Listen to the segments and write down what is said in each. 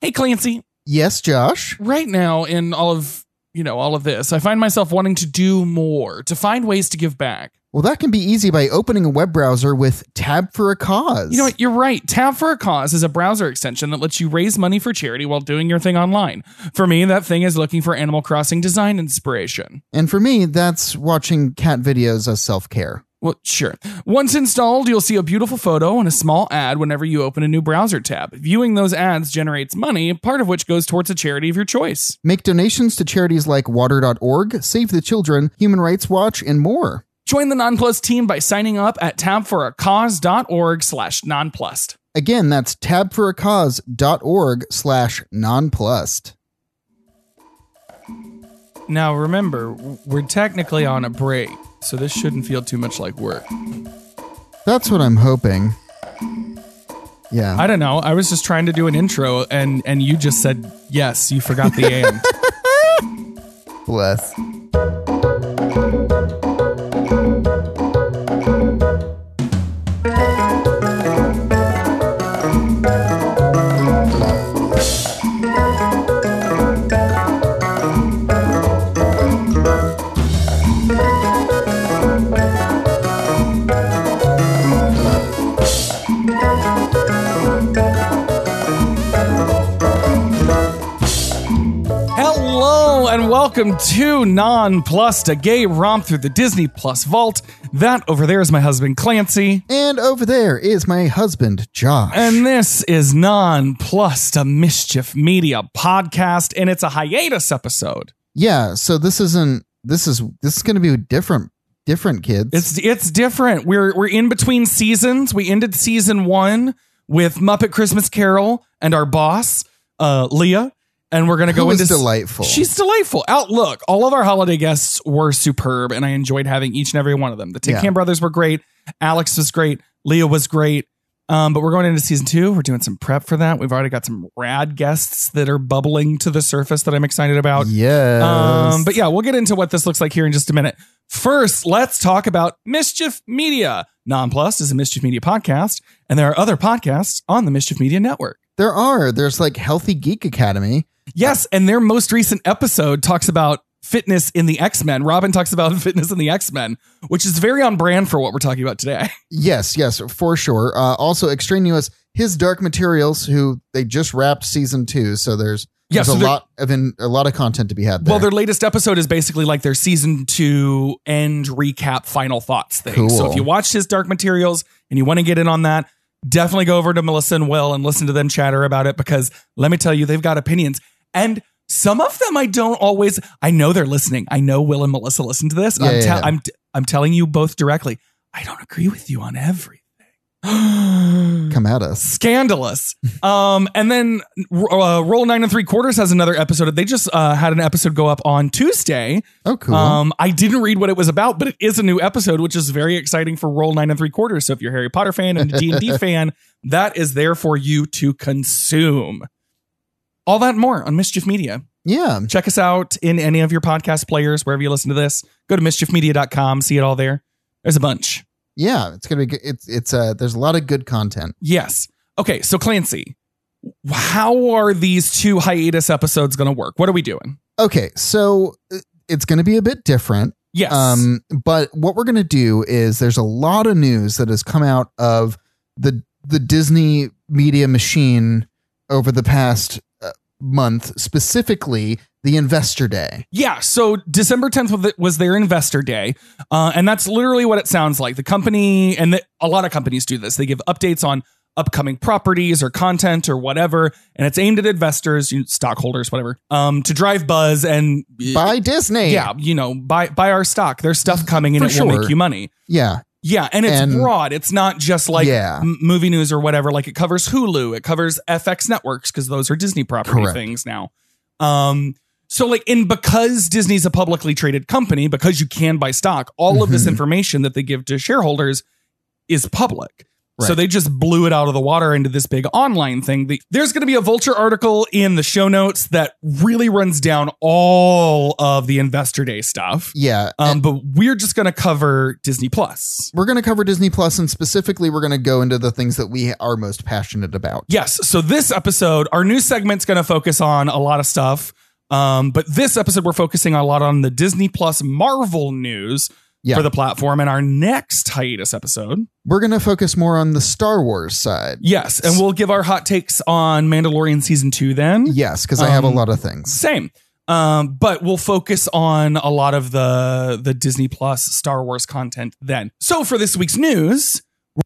Hey, Clancy, Yes, Josh. right now in all of, you know, all of this, I find myself wanting to do more, to find ways to give back. Well, that can be easy by opening a web browser with Tab for a Cause. You know what? You're right. Tab for a Cause is a browser extension that lets you raise money for charity while doing your thing online. For me, that thing is looking for Animal Crossing design inspiration. And for me, that's watching cat videos as self care. Well, sure. Once installed, you'll see a beautiful photo and a small ad whenever you open a new browser tab. Viewing those ads generates money, part of which goes towards a charity of your choice. Make donations to charities like water.org, Save the Children, Human Rights Watch, and more. Join the Nonplus team by signing up at tabforacause.org slash nonplussed. Again, that's tabforacause.org slash nonplussed. Now remember, w- we're technically on a break, so this shouldn't feel too much like work. That's what I'm hoping. Yeah. I don't know. I was just trying to do an intro and and you just said yes, you forgot the and. Bless. Hello and welcome to Non Plus, a gay romp through the Disney Plus vault. That over there is my husband Clancy. And over there is my husband, Josh. And this is Non Plus, a mischief media podcast, and it's a hiatus episode. yeah, so this isn't this is this is gonna be different different kids. It's it's different. We're we're in between seasons. We ended season one with Muppet Christmas Carol and our boss, uh, Leah, and we're gonna go Who is into s- delightful. She's delightful. Outlook. All of our holiday guests were superb, and I enjoyed having each and every one of them. The Tic Yeah. Cam brothers were great. Alex was great. Leah was great. Um, but we're going into season two. We're doing some prep for that. We've already got some rad guests that are bubbling to the surface that I'm excited about. yes. Um, but yeah, we'll get into what this looks like here in just a minute. First, let's talk about Mischief Media. Nonplus is a Mischief Media podcast, and there are other podcasts on the Mischief Media Network. There are. There's like Healthy Geek Academy. Yes, and their most recent episode talks about fitness in the X Men. Robin talks about fitness in the X Men, which is very on brand for what we're talking about today. Yes, yes, for sure. Uh, also, Extraneous, His Dark Materials, who they just wrapped season two, so there's Yeah, there's so a they're- lot of in, a lot of content to be had. There. Well, their latest episode is basically like their season two end recap final thoughts thing. So Cool. if you watched his Dark Materials and you want to get in on that, definitely go over to Melissa and Will and listen to them chatter about it because let me tell you, they've got opinions. And some of them I don't always I know they're listening. I know Will and Melissa listen to this. and Yeah, I'm, yeah, yeah. I'm I'm telling you both directly. I don't agree with you on everything. come at us. scandalous. Um, and then uh, Roll Nine and Three Quarters has another episode. They just uh, had an episode go up on Tuesday. Oh, cool. Um, I didn't read what it was about, but it is a new episode, which is very exciting for Roll Nine and Three Quarters. So if you're a Harry Potter fan and a D and D fan, that is there for you to consume. All that and more on Mischief Media. yeah, Check us out in any of your podcast players, wherever you listen to this. Go to mischiefmedia.com, see it all there. There's a bunch. yeah. It's gonna be. Good. It's it's uh. There's a lot of good content. Yes. Okay, so Clancy, how are these two hiatus episodes going to work? What are we doing? Okay, so uh, it's gonna be a bit different. Yes. Um, but what we're gonna do is there's a lot of news that has come out of the the Disney media machine over the past uh, month, specifically the Investor Day. yeah, so December 10th was- was their investor day. Uh, and that's literally what it sounds like. The company, and the, a lot of companies do this, they give updates on upcoming properties or content or whatever. And it's aimed at investors, you- stockholders, whatever, um, to drive buzz and. by Disney. yeah, you know, buy buy our stock. There's stuff coming and For it will make sure. you money. Yeah. Yeah, and it's And- broad. It's not just like yeah. m- movie news or whatever. Like it covers Hulu, it covers FX networks because those are Disney property Correct. things now. Um, so like in because Disney's a publicly traded company, because you can buy stock, all of this Mhm. information that they give to shareholders is public. So they just blew it out of the water into this big online thing. The- There's going to be a Vulture article in the show notes that really runs down all of the Investor Day stuff. Yeah. Um, but we're just going to cover Disney Plus. we're going to cover Disney Plus and specifically we're going to go into the things that we are most passionate about. Yes. So this episode, our new segment's going to focus on a lot of stuff. Um, but this episode, we're focusing a lot on the Disney Plus Marvel news Yeah. for the platform. And our next hiatus episode, We're going to focus more on the Star Wars side. yes, and we'll give our hot takes on Mandalorian season two. Then Yes, cuz I have a Um, lot of things. same, um, but we'll focus on a lot of the the Disney Plus Star Wars content. Then, so for this week's news,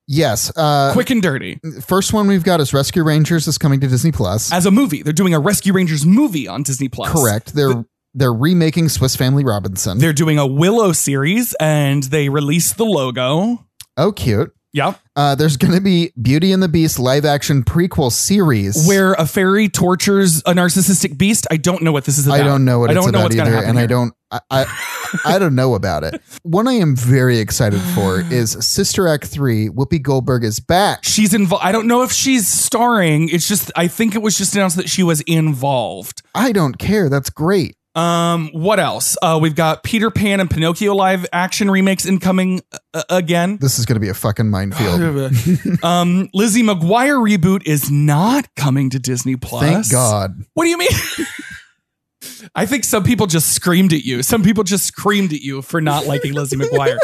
Yes. Uh quick and dirty. first one we've got is Rescue Rangers is coming to Disney Plus. As a movie, they're doing a Rescue Rangers movie on Disney Plus. Correct. They're they're remaking Swiss Family Robinson. They're doing a Willow series and they released the logo. oh cute. Yeah. Uh, there's going to be Beauty and the Beast live action prequel series. Where a fairy tortures a narcissistic beast. I don't know what this is about. I don't know what I it's don't know about what's gonna either, happen and I here. don't I, I I don't know about it. One I am very excited for is Sister Act three. Whoopi Goldberg is back. She's involved. I don't know if she's starring. It's just, I think it was just announced that she was involved. I don't care. That's great. Um, what else? Uh, we've got Peter Pan and Pinocchio live action remakes incoming uh, again. This is going to be a fucking minefield. um, Lizzie McGuire reboot is not coming to Disney Plus. Thank God. What do you mean? I think some people just screamed at you. Some people just screamed at you for not liking Lizzie McGuire.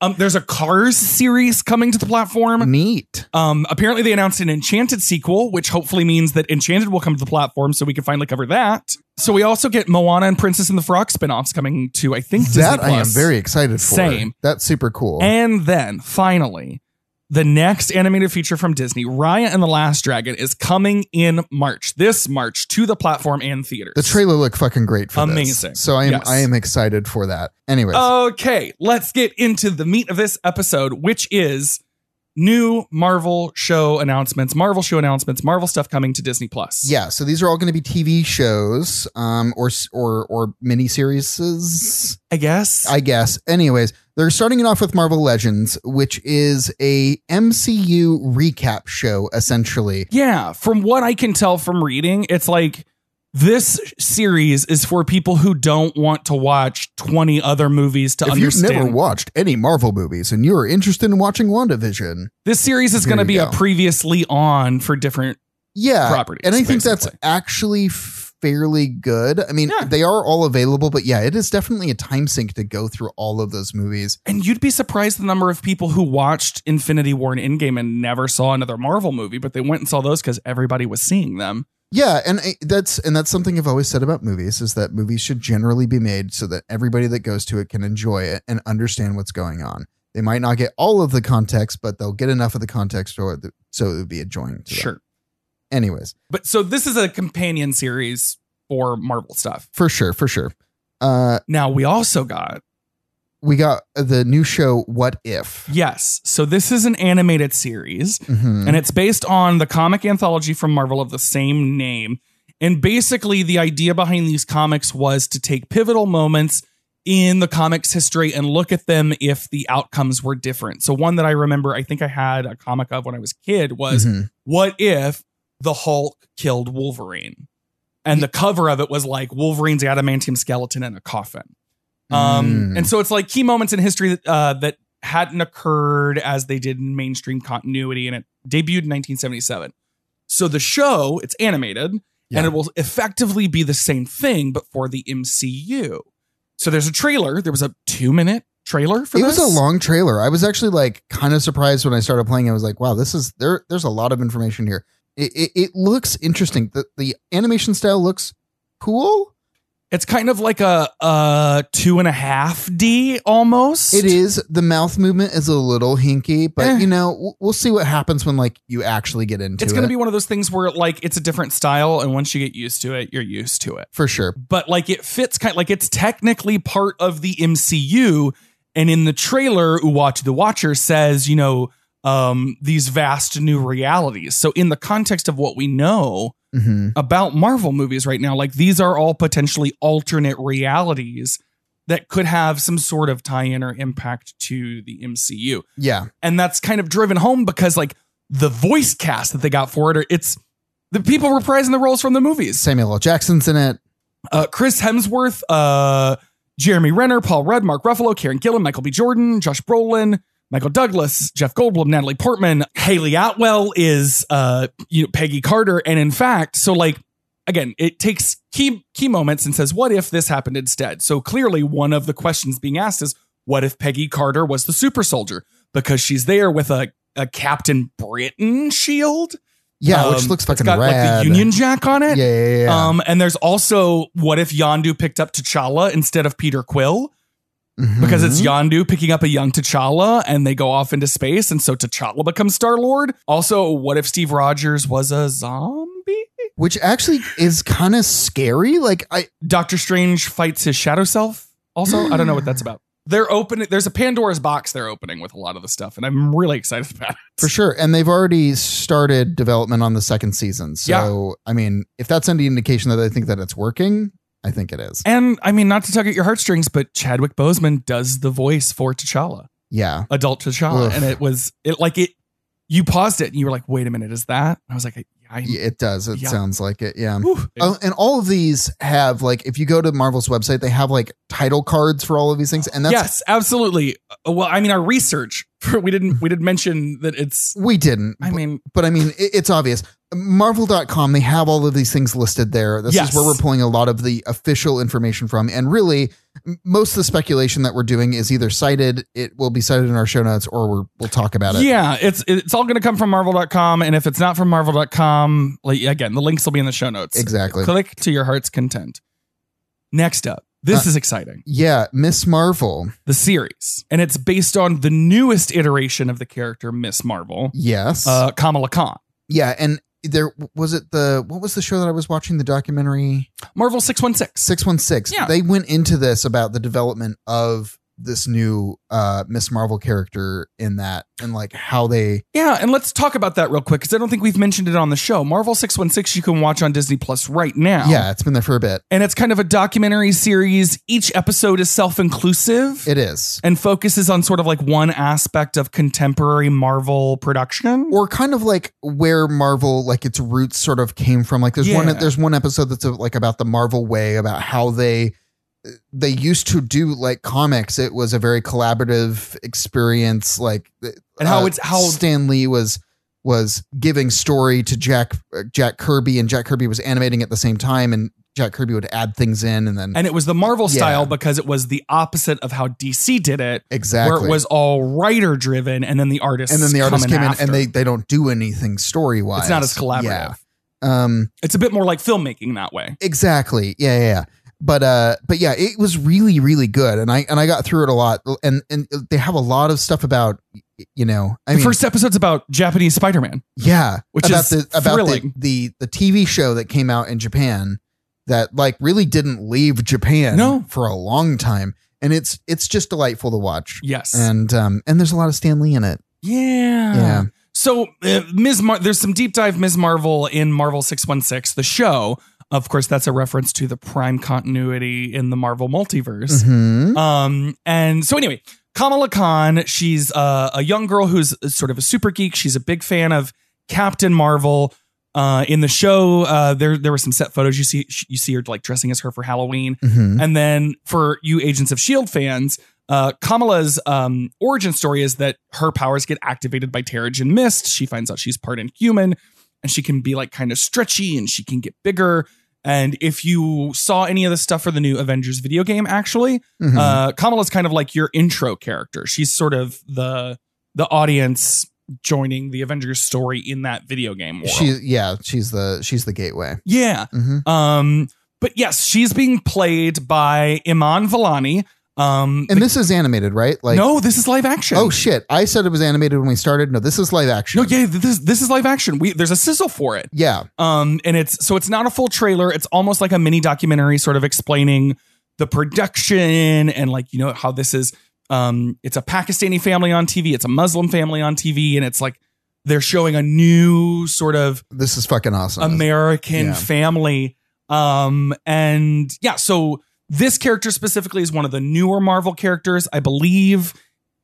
Um, there's a Cars series coming to the platform. Neat. Um, apparently, they announced an Enchanted sequel, which hopefully means that Enchanted will come to the platform, so we can finally cover that. So we also get Moana and Princess and the Frog spinoffs coming to, I think, Disney That I am Plus. very excited for. Same. That's super cool. And then finally, the next animated feature from Disney, Raya and the Last Dragon, is coming in March. This March to the platform and theaters. the trailer looked fucking great for this. Amazing. So I am Yes. I am excited for that. Anyways, Okay, let's get into the meat of this episode, which is new Marvel show announcements, Marvel show announcements, Marvel stuff coming to Disney Plus. yeah. So these are all going to be TV shows, um, or s- or or miniseries. I guess. I guess. Anyways, they're starting it off with Marvel Legends, which is a MCU recap show essentially. yeah, from what I can tell from reading, it's like this series is for people who don't want to watch 20 other movies to if understand. you've never watched any Marvel movies and you are interested in watching WandaVision, this series is There going to you be a go. previously on for different yeah, properties. and I think that's basically. actually fairly good. I mean, Yeah. they are all available, but yeah, it is definitely a time sink to go through all of those movies. And you'd be surprised the number of people who watched Infinity War and Endgame and never saw another Marvel movie, but they went and saw those because everybody was seeing them. Yeah, and I, that's and that's something I've always said about movies is that movies should generally be made so that everybody that goes to it can enjoy it and understand what's going on. They might not get all of the context, but they'll get enough of the context or the, so it would be enjoying. To them. Anyways, But so this is a companion series for Marvel stuff. for sure, for sure. Uh, Now we also got, we got the new show. What if? yes. So this is an animated series Mhm. and it's based on the comic anthology from Marvel of the same name. And basically, the idea behind these comics was to take pivotal moments in the comics history and look at them if the outcomes were different. So, one that I remember, I think I had a comic of when I was a kid was Mhm. what if the Hulk killed Wolverine? And the cover of it was like Wolverine's adamantium skeleton in a coffin. Um, Mm. And so it's like key moments in history that, uh, that hadn't occurred as they did in mainstream continuity, and it debuted in 1977. So the show, it's animated, Yeah. and it will effectively be the same thing, but for the MCU. So there's a trailer. There was a two minute trailer for it this. was a long trailer. I was actually like kind of surprised when I started playing. I was like, wow, this is there. There's a lot of information here. It it, it looks interesting. The the animation style looks cool. It's kind of like a, a two and a half D almost. It is the mouth movement is a little hinky, but Eh. you know w- we'll see what happens when like you actually get into It's it. going to be one of those things where like it's a different style, and once you get used to it, you're used to it. for sure. but like it fits kind like it's technically part of the MCU. And in the trailer, Uatu the Watcher says, you know, um, these vast new realities. So in the context of what we know hmm about Marvel movies right now, like these are all potentially alternate realities that could have some sort of tie-in or impact to the MCU. Yeah, And that's kind of driven home because like the voice cast that they got for it are it's the people reprising the roles from the movies. Samuel L. Jackson's in it. Uh, Chris Hemsworth, uh, Jeremy Renner, Paul Rudd, Mark Ruffalo, Karen Gillan, Michael B. Jordan, Josh Brolin, Michael Douglas, Jeff Goldblum, Natalie Portman, Haley Atwell is uh, you know, Peggy Carter, and in fact, so like again, it takes key key moments and says, "What if this happened instead?" So clearly, one of the questions being asked is, "What if Peggy Carter was the super soldier because she's there with a a Captain Britain shield?" Yeah, which Um, looks It's fucking got like rad. the Union Jack on it. Yeah, yeah, yeah. Um, and there's also what if Yondu picked up T'Challa instead of Peter Quill because it's Mhm. Yondu picking up a young T'Challa and they go off into space and so T'Challa becomes Star Lord. Also, what if Steve Rogers was a zombie? which actually is kind of scary. Like I, Doctor Strange fights his shadow self. Also, I don't know what that's about. They're opening. There's a Pandora's box they're opening with a lot of the stuff, and I'm really excited about it. For sure. And they've already started development on the second season. So, I mean, if that's any indication that they think that it's working, I think it is. And I mean, not to tug at your heartstrings, but Chadwick Boseman does the voice for T'Challa. Yeah. adult T'Challa, Ugh. and it was it like it. You paused it, and you were like, "Wait a minute, is that?" And I was like, "I." I Yeah, It does. It Yeah. sounds like it. Yeah. Whew. Oh, and all of these have like if you go to Marvel's website, they have like title cards for all of these things. And that's yes, absolutely. Uh, Well, I mean, our research we didn't we did mention that it's. we didn't. I mean, but I mean, it, it's obvious. Marvel.com, they have all of these things listed there. This Yes. is where we're pulling a lot of the official information from. And really, m- most of the speculation that we're doing is either cited, it will be cited in our show notes, or we're, we'll talk about it. yeah, it's it's all going to come from Marvel.com, and if it's not from Marvel.com, like again, the links will be in the show notes. Exactly. Click to your heart's content. Next up, this is exciting. Yeah, Miss Marvel. The series, and it's based on the newest iteration of the character Miss Marvel, Yes. uh, Kamala Khan. yeah, and there was it the what was the show that I was watching the documentary Marvel six one six. 616. Yeah. They went into this about the development of this new uh Miss Marvel character in that and like how they Yeah, and let's talk about that real quick because I don't think we've mentioned it on the show. Marvel 616 you can watch on Disney Plus right now. Yeah, it's been there for a bit. And it's kind of a documentary series. Each episode is self inclusive It is. and focuses on sort of like one aspect of contemporary Marvel production. or kind of like where Marvel, like its roots, sort of came from. Like there's one, Yeah. there's one episode that's uh, like about the Marvel way, about how they they used to do like comics. It was a very collaborative experience, like And how uh, it's- how- Stan Lee was was giving story to Jack uh, Jack Kirby, and Jack Kirby was animating at the same time, and Jack Kirby would add things in, and then And it was the Marvel Yeah. style because it was the opposite of how DC did it, exactly where it was all writer driven and then the artists and then the come artists came in, after. and they they don't do anything story wise. it's not as collaborative. Um, It's a bit more like filmmaking that way. Exactly. Yeah, yeah, yeah. But uh but yeah, it was really really good and I and I got through it a lot and and they have a lot of stuff about you know, I the mean first episode's about Japanese Spider Man. yeah, which about is the about the, thrilling. the the TV show that came out in Japan that like really didn't leave Japan No. for a long time and it's it's just delightful to watch. Yes. And um and there's a lot of Stan Lee in it. Yeah. Yeah. So uh, Ms. Mar- there's some deep dive Ms. Marvel in Marvel 616, the show. Of course, that's a reference to the prime continuity in the Marvel multiverse. Mhm. Um, and so anyway, Kamala Khan, she's uh, a young girl who's sort of a super geek. She's a big fan of Captain Marvel. Uh, in the show, uh, there there were some set photos. You see, you see her like dressing as her for Halloween. Mhm. And then for you Agents of S.H.I.E.L.D. E fans, uh, Kamala's um, origin story is that her powers get activated by Terrigen Mist. She finds out she's part inhuman and she can be like kind of stretchy and she can get bigger. And if you saw any of the stuff for the new Avengers video game, actually, Mhm. uh, Kamala's kind of like your intro character. She's sort of the the audience joining the Avengers story in that video game world. she yeah, she's the she's the gateway. yeah. Mhm. Um, but yes, she's being played by Iman Vellani. Um, And this is animated, right? Like no, this is live action. Oh shit! I said it was animated when we started. No, this is live action. no, yeah, this this is live action. We there's a sizzle for it. yeah, Um, and it's so it's not a full trailer. It's almost like a mini documentary, sort of explaining the production and like you know how this is. Um, it's a Pakistani family on TV. It's a Muslim family on TV, and it's like they're showing a new sort of this is fucking awesome. American Yeah. family. Um, and yeah, so this character specifically is one of the newer Marvel characters. I believe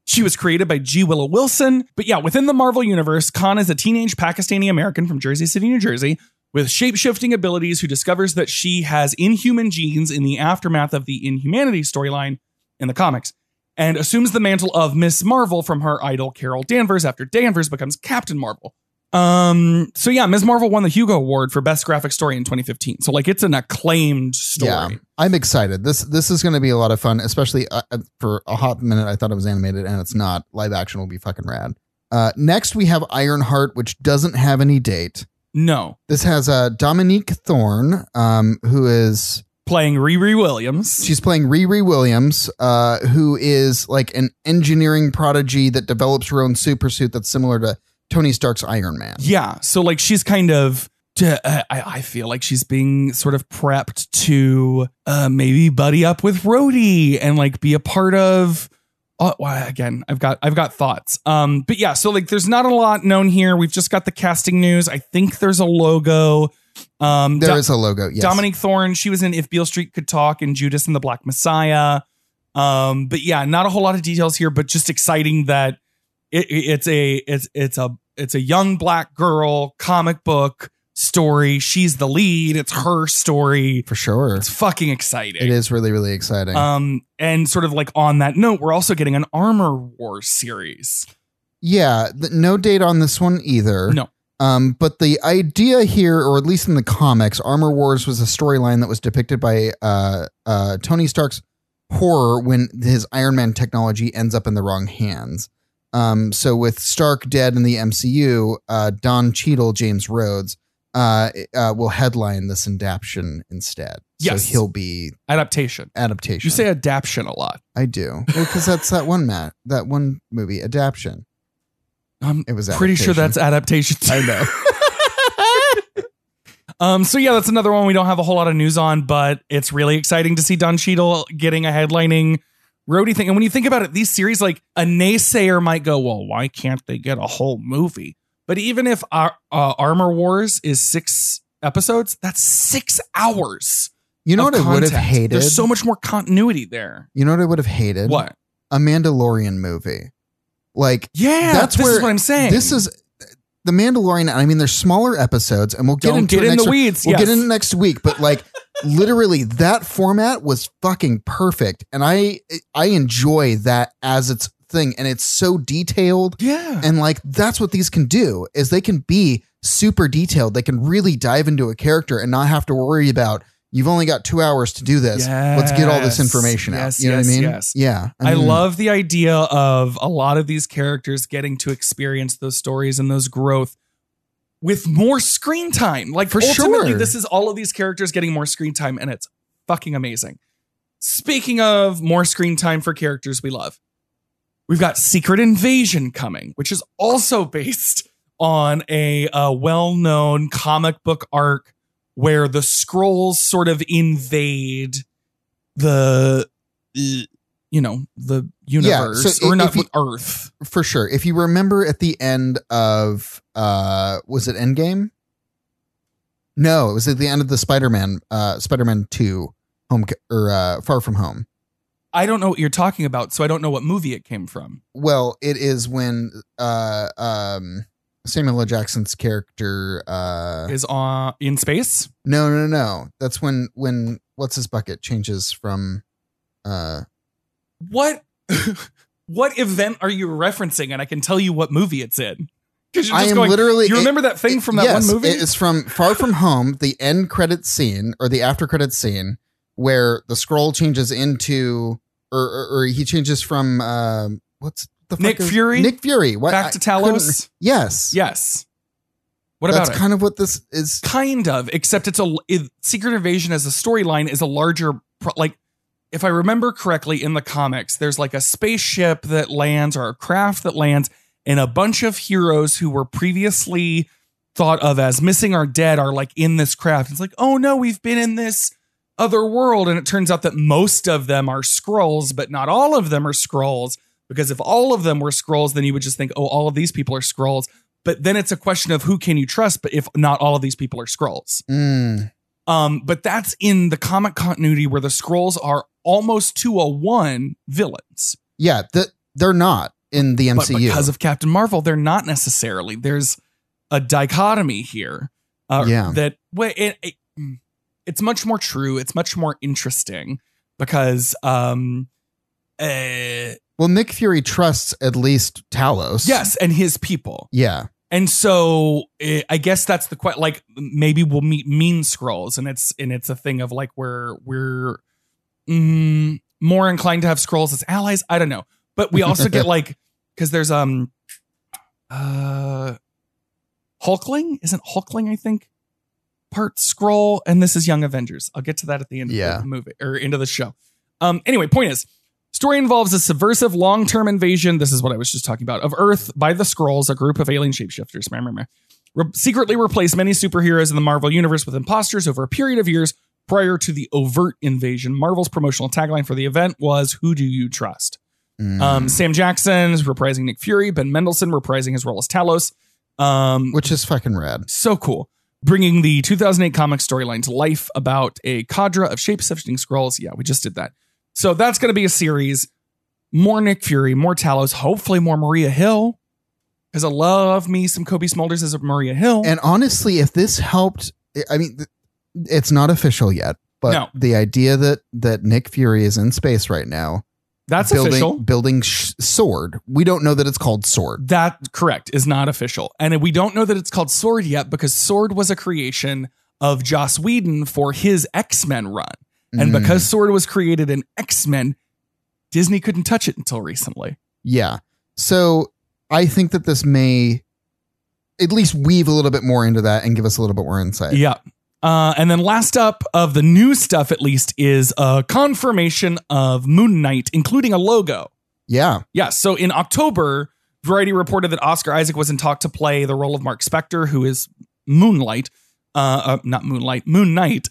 She was created by G. Willow Wilson. But yeah, within the Marvel Universe, Khan is a teenage Pakistani American from Jersey City, New Jersey, with shape shifting abilities who discovers that she has inhuman genes in the aftermath of the Inhumanity storyline in the comics and assumes the mantle of Miss Marvel from her idol Carol Danvers after Danvers becomes Captain Marvel. Um, so yeah, Ms. Marvel won the Hugo Award for Best Graphic Story in 2015. So like it's an acclaimed story. I'm excited. This this is going to be a lot of fun, especially uh, uh, for a hot minute. I thought it was animated, and it's not. Live action will be fucking rad. Uh, next, we have Ironheart, which doesn't have any date. No. This has uh, Dominique Thorne, um, who is Playing Riri Williams. she's playing Riri Williams, uh, who is like an engineering prodigy that develops her own super suit that's similar to Tony Stark's Iron Man. Yeah. So like she's kind of. uh, I, I feel like she's being sort of prepped to uh, maybe buddy up with Rhodey and like be a part of. Oh, well, again, I've got I've got thoughts. Um, but yeah, so like there's not a lot known here. We've just got the casting news. I think there's a logo. Um, There Do- is a logo. Yes. Dominique Thorne. She was in If Beale Street Could Talk and Judas and the Black Messiah. Um, but yeah, not a whole lot of details here, but just exciting that it, it- it's a it's it's a it's a young black girl comic book story. She's the lead. It's her story. for sure. It's fucking exciting. It is really really exciting. Um, and sort of like on that note, we're also getting an Armor Wars series. Yeah, th- no date on this one either. No. Um, but the idea here, or at least in the comics, Armor Wars was a storyline that was depicted by uh, uh, Tony Stark's horror when his Iron Man technology ends up in the wrong hands. Um, so with Stark dead in the MCU, uh, Don Cheadle, James Rhodes, uh, uh, will headline this adaptation instead. Yes. So he'll be Adaptation. adaptation. You say adaptation a lot. I do. Well, because that's that one, Matt. That one movie, adaptation. I'm It was pretty sure adaptation. that's adaptation. I know. Um, so yeah, that's another one we don't have a whole lot of news on, but it's really exciting to see Don Cheadle getting a headlining roadie thing. And when you think about it, these series, like a naysayer might go, "Well, why can't they get a whole movie?" But even if our, uh, Armor Wars is six episodes, that's six hours. You know of what I would have content. hated? There's so much more continuity there. you know what I would have hated? What? A Mandalorian movie. Like Yeah, That's that's this where- is what I'm saying. this is the Mandalorian. I mean, there's smaller episodes, and we'll get don't into get it in next the week. weeds. We'll yes. get into it next week, but like literally that format was fucking perfect, and I I enjoy that as its thing, and it's so detailed, yeah. and like that's what these can do is they can be super detailed. They can really dive into a character and not have to worry about. You've only got two hours to do this. Let's get all this Yes. information Yes, out. You know yes, what I mean? yes. Yeah. I mean, love the idea of a lot of these characters getting to experience those stories and those growth with more screen time. Like For ultimately, sure. this is all of these characters getting more screen time, and it's fucking amazing. Speaking of more screen time for characters we love, we've got Secret Invasion coming, which is also based on a, uh well-known comic book arc where the scrolls sort of invade the uh, you know the universe so or if- not if you- the earth for sure. If you remember at the end of uh was it Endgame? No, it was at the end of the Spider-Man uh Spider-Man 2 Home or uh Far From Home. I don't know what you're talking about, so I don't know what movie it came from. Well, it is when uh um Samuel L. Jackson's character uh Is on in space? no no no. That's when when what's his bucket changes from uh What what event are you referencing? And I can tell you what movie it's in. Because you're I just am going. literally you it- remember that thing from that Yes, one movie? It is from Far From Home, the end credit scene or the after credit scene where the scroll changes into or, or, or he changes from um, what's the fuck Nick is- Fury? Nick Fury. What Back to I couldn't- Talos. Yes. Yes. What That's about it? kind of what this is. Kind of, except it's a it, Secret Invasion as a storyline is a larger pro- like. If I remember correctly, in the comics, there's like a spaceship that lands or a craft that lands, and a bunch of heroes who were previously thought of as missing or dead are like in this craft. It's like, oh no, we've been in this other world, and it turns out that most of them are scrolls, but not all of them are scrolls. Because if all of them were scrolls, then you would just think, oh, all of these people are scrolls. But then it's a question of who can you trust. But if not all of these people are scrolls, Mm, um, but that's in the comic continuity where the scrolls are almost to a one villains. yeah, th- they're not. in the But MCU. because of Captain Marvel, they're not necessarily. There's a dichotomy here. Uh, Yeah. That wa- it, it, it's much more true. It's much more interesting because um, uh, well, Nick Fury trusts at least Talos. yes, and his people, Yeah. and so eh, I guess that's the question. Like maybe we'll meet Mean Scrolls, and it's and it's a thing of like we're we're mm, more inclined to have scrolls as allies. I don't know, but we also get like because there's um uh Hulkling isn't Hulkling I think part scroll, and this is Young Avengers. I'll get to that at the end Yeah. of the movie or end of the show. Um. Anyway, point is. Story involves a subversive long-term invasion. This is what I was just talking about of Earth by the Skrulls, a group of alien shapeshifters. Meh, meh, meh. Re- secretly replaced many superheroes in the Marvel universe with imposters over a period of years prior to the overt invasion. Marvel's promotional tagline for the event was "Who do you trust?" Mm. Um, Sam Jackson is reprising Nick Fury, Ben Mendelsohn reprising his role as Talos. Um, which is fucking rad. so cool. Bringing the 2008 comic storyline to life about a cadre of shape shifting scrolls. Yeah, we just did that. So that's going to be a series. More Nick Fury, more Talos, hopefully more Maria Hill. Because I love me some Kobe Smulders as a Maria Hill. And honestly, if this helped, I mean, th- it's not official yet, but No. the idea that that Nick Fury is in space right now, that's building official. building sh- sword. We don't know that it's called sword. That correct is not official. And we don't know that it's called Sword yet because Sword was a creation of Joss Whedon for his X-Men run. And Mm, because Sword was created in X-Men, Disney couldn't touch it until recently. yeah, so I think that this may at least weave a little bit more into that and give us a little bit more insight. Yeah. Uh, and then last up of the new stuff, at least, is a confirmation of Moon Knight, including a logo. Yeah, Yeah. So in October, Variety reported that Oscar Isaac was in talk to play the role of Mark Spector, who is Moonlight, uh, uh not Moonlight, Moon Knight.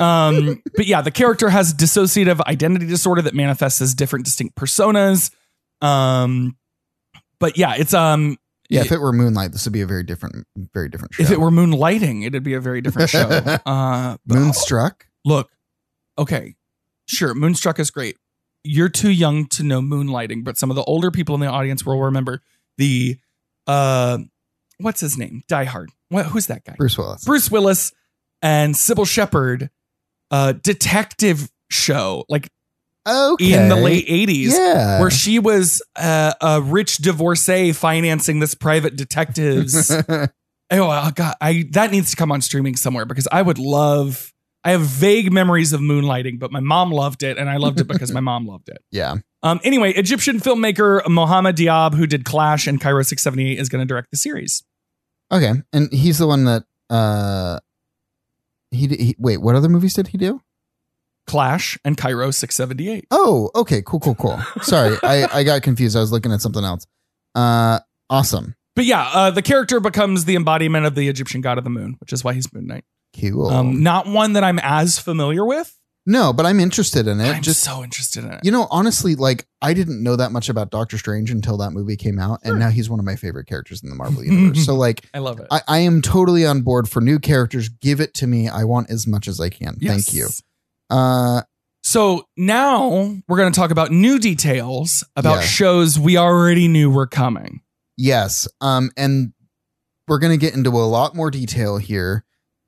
um, but yeah, the character has dissociative identity disorder that manifests as different, distinct personas. Um, but yeah, it's um, yeah. If it were Moonlight, this would be a very different, very different show. if it were Moonlighting, it'd be a very different show. uh, but- Moonstruck, look, okay, sure, Moonstruck is great. You're too young to know moonlighting, but some of the older people in the audience will remember the uh what's his name? Die Hard. What who's that guy? Bruce Willis. Bruce Willis and Sybil Shepherd uh detective show like okay, in the late 80s yeah, where she was uh, a rich divorcee financing this private detective's Oh uh, God, I that needs to come on streaming somewhere because I would love. I have vague memories of moonlighting, but my mom loved it, and I loved it because my mom loved it. yeah. Um, anyway, Egyptian filmmaker Mohamed Diab, who did Clash and Cairo 678, is going to direct the series. Okay, and he's the one that uh, he, d- he wait. What other movies did he do? Clash and Cairo 678. Oh, okay, cool, cool, cool. Sorry, I I got confused. I was looking at something else. Uh, awesome, But yeah, uh, the character becomes the embodiment of the Egyptian god of the moon, which is why he's Moon Knight. cool. Um, not one that I'm as familiar with. no, but I'm interested in it. I'm just Just so interested in it. you know, honestly, like I didn't know that much about Doctor Strange until that movie came out, and now he's one of my favorite characters in the Marvel universe. so like. I love it. I, I am totally on board for new characters. Give it to me. I want as much as I can. Yes. Thank you. Uh, So now we're going to talk about new details about Yeah. shows we already knew were coming. Yes. Um, and we're going to get into a lot more detail here,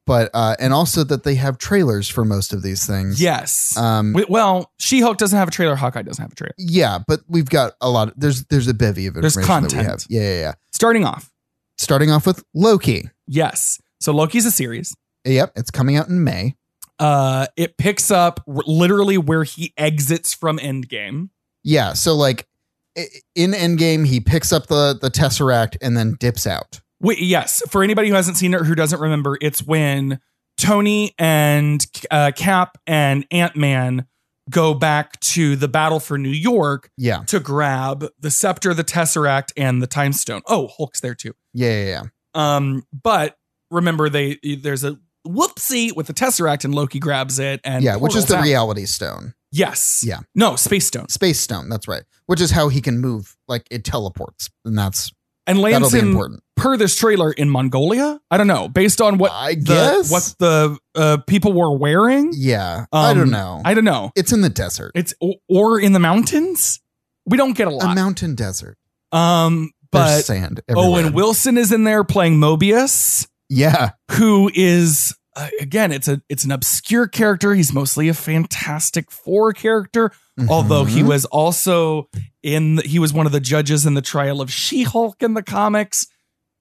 but uh, and also that they have trailers for most of these things. Yes. Mm-hmm. Um, We- well, She Hulk doesn't have a trailer. Hawkeye doesn't have a trailer. yeah, but we've got a lot. there's there's a bevy of There's information that we content. have. Yeah, yeah, yeah. Starting off, Starting off with Loki. yes. So Loki's a series. Yep, it's coming out in May. Uh, it picks up r- literally where he exits from Endgame. Yeah, so like i- in Endgame, he picks up the the Tesseract and then dips out. Wait, yes. For anybody who hasn't seen it or who doesn't remember, it's when Tony and uh, Cap and Ant Man go back to the battle for New York Yeah, to grab the scepter, the tesseract, and the time stone. Oh, Hulk's there too. yeah, yeah. yeah. Um, but remember, they there's a whoopsie with the tesseract, and Loki grabs it, and yeah, which is portals the out. Reality Stone, Yes. Yeah. No, space stone, Space Stone. That's right. Which is how he can move. Like it teleports, and that's and that'll lands be in important. per this trailer in Mongolia. I don't know, based on what I the guess. what the uh, people were wearing. yeah, I Um, don't know. I don't know. it's in the desert, It's or in the mountains. We don't get a lot. a mountain desert. Um, There's but sand. Everywhere. Owen Wilson is in there playing Mobius, Yeah. who is uh, again, it's a it's an obscure character. He's mostly a Fantastic Four character, although he Mhm. was also in the, he was one of the judges in the trial of She-Hulk in the comics.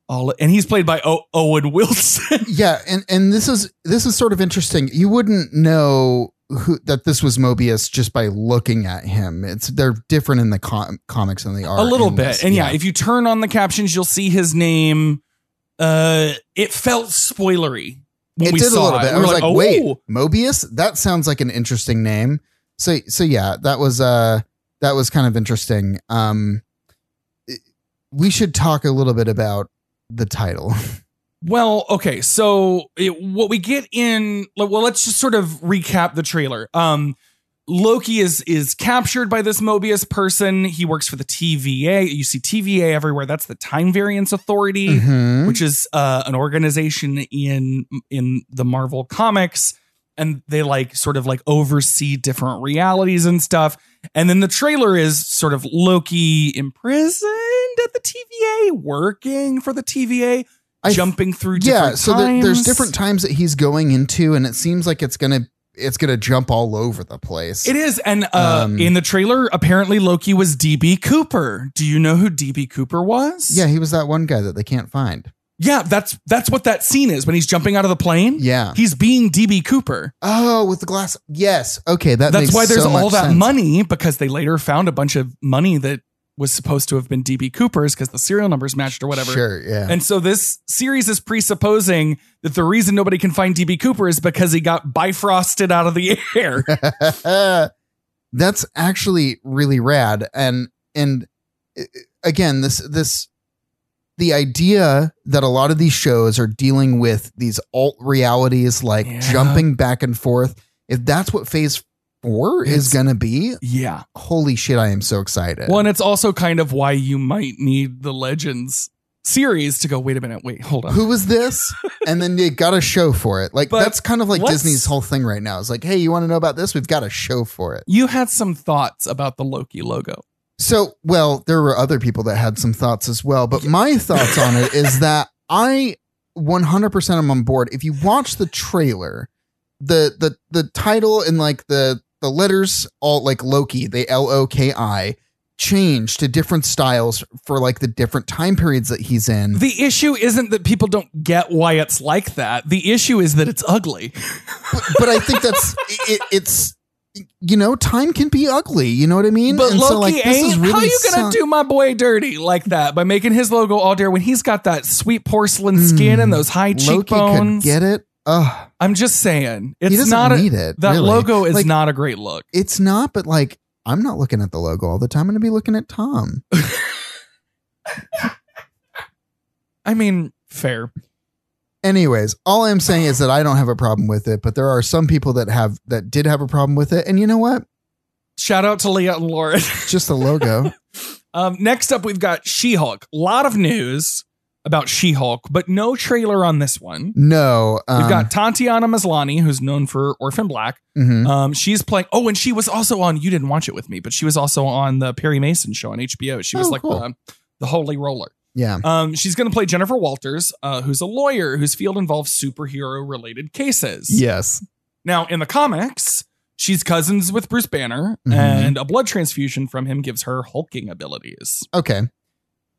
All and he's played by o- Owen Wilson. Yeah, and and this is this is sort of interesting. You wouldn't know who that this was Mobius just by looking at him. It's they're different in the com- comics than they are a little in bit this. and yeah. if you turn on the captions you'll see his name uh it felt spoilery when it we did saw a little bit. it I We was were like, oh, wait, Mobius? That sounds like an interesting name. So so yeah, that was uh that was kind of interesting. Um it- we should talk a little bit about the title. well okay so it, what we get in well let's just sort of recap the trailer um Loki is is captured by this Mobius person. He works for the TVA. You see TVA everywhere. That's the Time Variance Authority. Mhm. which is uh, an organization in in the Marvel comics, and they like sort of like oversee different realities and stuff. And then the trailer is sort of Loki imprisoned at the TVA, working for the TVA, I jumping through different yeah so there, there's times. different times that he's going into and it seems like it's gonna it's gonna jump all over the place It is, and uh, Um, in the trailer, apparently Loki was DB Cooper. Do you know who DB Cooper was? yeah he was that one guy that they can't find yeah. That's that's what that scene is when he's jumping out of the plane. yeah He's being DB Cooper. oh with the glass yes okay that That's makes why there's so all much that sense. money because they later found a bunch of money that was supposed to have been DB Cooper's because the serial numbers matched or whatever. sure yeah And so this series is presupposing that the reason nobody can find DB Cooper is because he got bifrosted out of the air. that's actually really rad and and uh, again this this the idea that a lot of these shows are dealing with these alt realities like Yeah. jumping back and forth if that's what phase 4 It's- is going to be yeah. holy shit i am so excited Well, and it's also kind of why you might need the Legends series to go, wait a minute, wait, hold on. who was this and then they got a show for it like But that's kind of like what's- disney's whole thing right now it's like hey you want to know about this we've got a show for it You had some thoughts about the Loki logo. So, well, there were other people that had some thoughts as well, but my thoughts on it is that I 100% am on board. If you watch the trailer, the the the title and like the the letters all like Loki, the L O K I change to different styles for like the different time periods that he's in. The issue isn't that people don't get why it's like that. The issue is that it's ugly. But, but I think that's it, it's you know, time can be ugly, you know what I mean? But And Loki so, like, ain't. how you gonna sound- do my boy dirty like that by making his logo all dare when he's got that sweet porcelain skin Mm, and those high Loki could cheekbones? get it. Ugh. I'm just saying, he it's doesn't not a, need it. that really. logo is Like, not a great look. It's not, but like I'm not looking at the logo all the time. I'm gonna be looking at Tom. I mean, fair. Anyways, all I'm saying is that I don't have a problem with it, but there are some people that have that did have a problem with it. And you know what? Shout out to Leah and Lauren. It's just the logo. Um, next up, we've got She-Hulk. A lot of news about She-Hulk, but no trailer on this one. no. Um, We've got Tatiana Maslany, who's known for Orphan Black. mhm. Um, she's playing. Oh, and she was also on. You didn't watch it with me, but she was also on the Perry Mason show on HBO. She was Oh, like cool. the, the holy roller. yeah. Um, she's going to play Jennifer Walters, uh, who's a lawyer whose field involves superhero related cases. Yes. Now, in the comics, she's cousins with Bruce Banner, Mhm. and a blood transfusion from him gives her hulking abilities. Okay.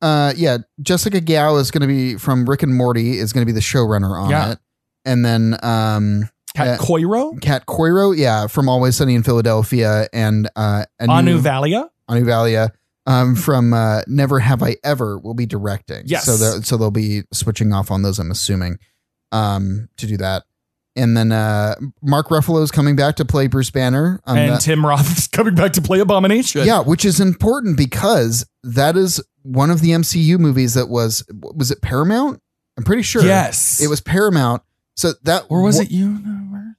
Uh yeah. Jessica Gao is gonna be from Rick and Morty is gonna be the showrunner on Yeah. it. And then um Kat Uh, Koiro, Kat Coiro, yeah, from Always Sunny in Philadelphia and uh Anu Valia. Anuvalia um, from uh, Never Have I Ever will be directing. Hmm. Yes. So they'll- so they'll be switching off on those, I'm assuming, um, to do that. And then uh, Mark Ruffalo is coming back to play Bruce Banner. Um, and that- Tim Roth is coming back to play Abomination. yeah, which is important because that is one of the MCU movies that was was it Paramount? I'm pretty sure. Yes. it was Paramount. So that Or was wa- it Universe?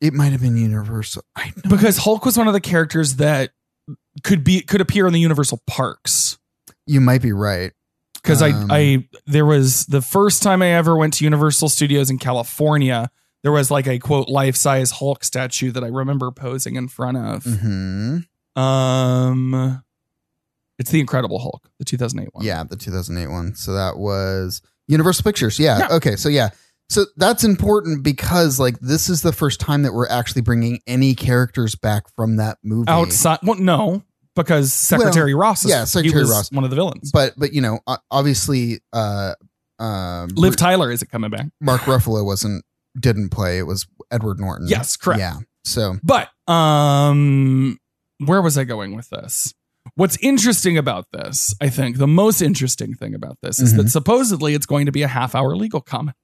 It might have been Universal. I know. because Hulk was one of the characters that could be could appear in the Universal parks. You might be right. Because Um, I I there was the first time I ever went to Universal Studios in California. There was like a quote life size Hulk Mm-hmm. Mm. statue that I remember posing in front of. hmm Um, It's the Incredible Hulk, the 2008 one. Yeah, the 2008 one. So that was Universal Pictures. Yeah. Okay. So yeah. So that's important because like this is the first time that we're actually bringing any characters back from that movie. Outside, well, no, because Secretary Ross. Is, yeah, he Secretary was Ross. one of the villains. But but you know, o- obviously uh um Liv Tyler isn't coming back. Mark Ruffalo wasn't didn't play. It was Edward Norton. Yes, correct. Yeah. So But um where was I going with this? What's interesting about this, I think, the most interesting thing about this is Mm-hmm. that supposedly it's going to be a half hour legal comedy.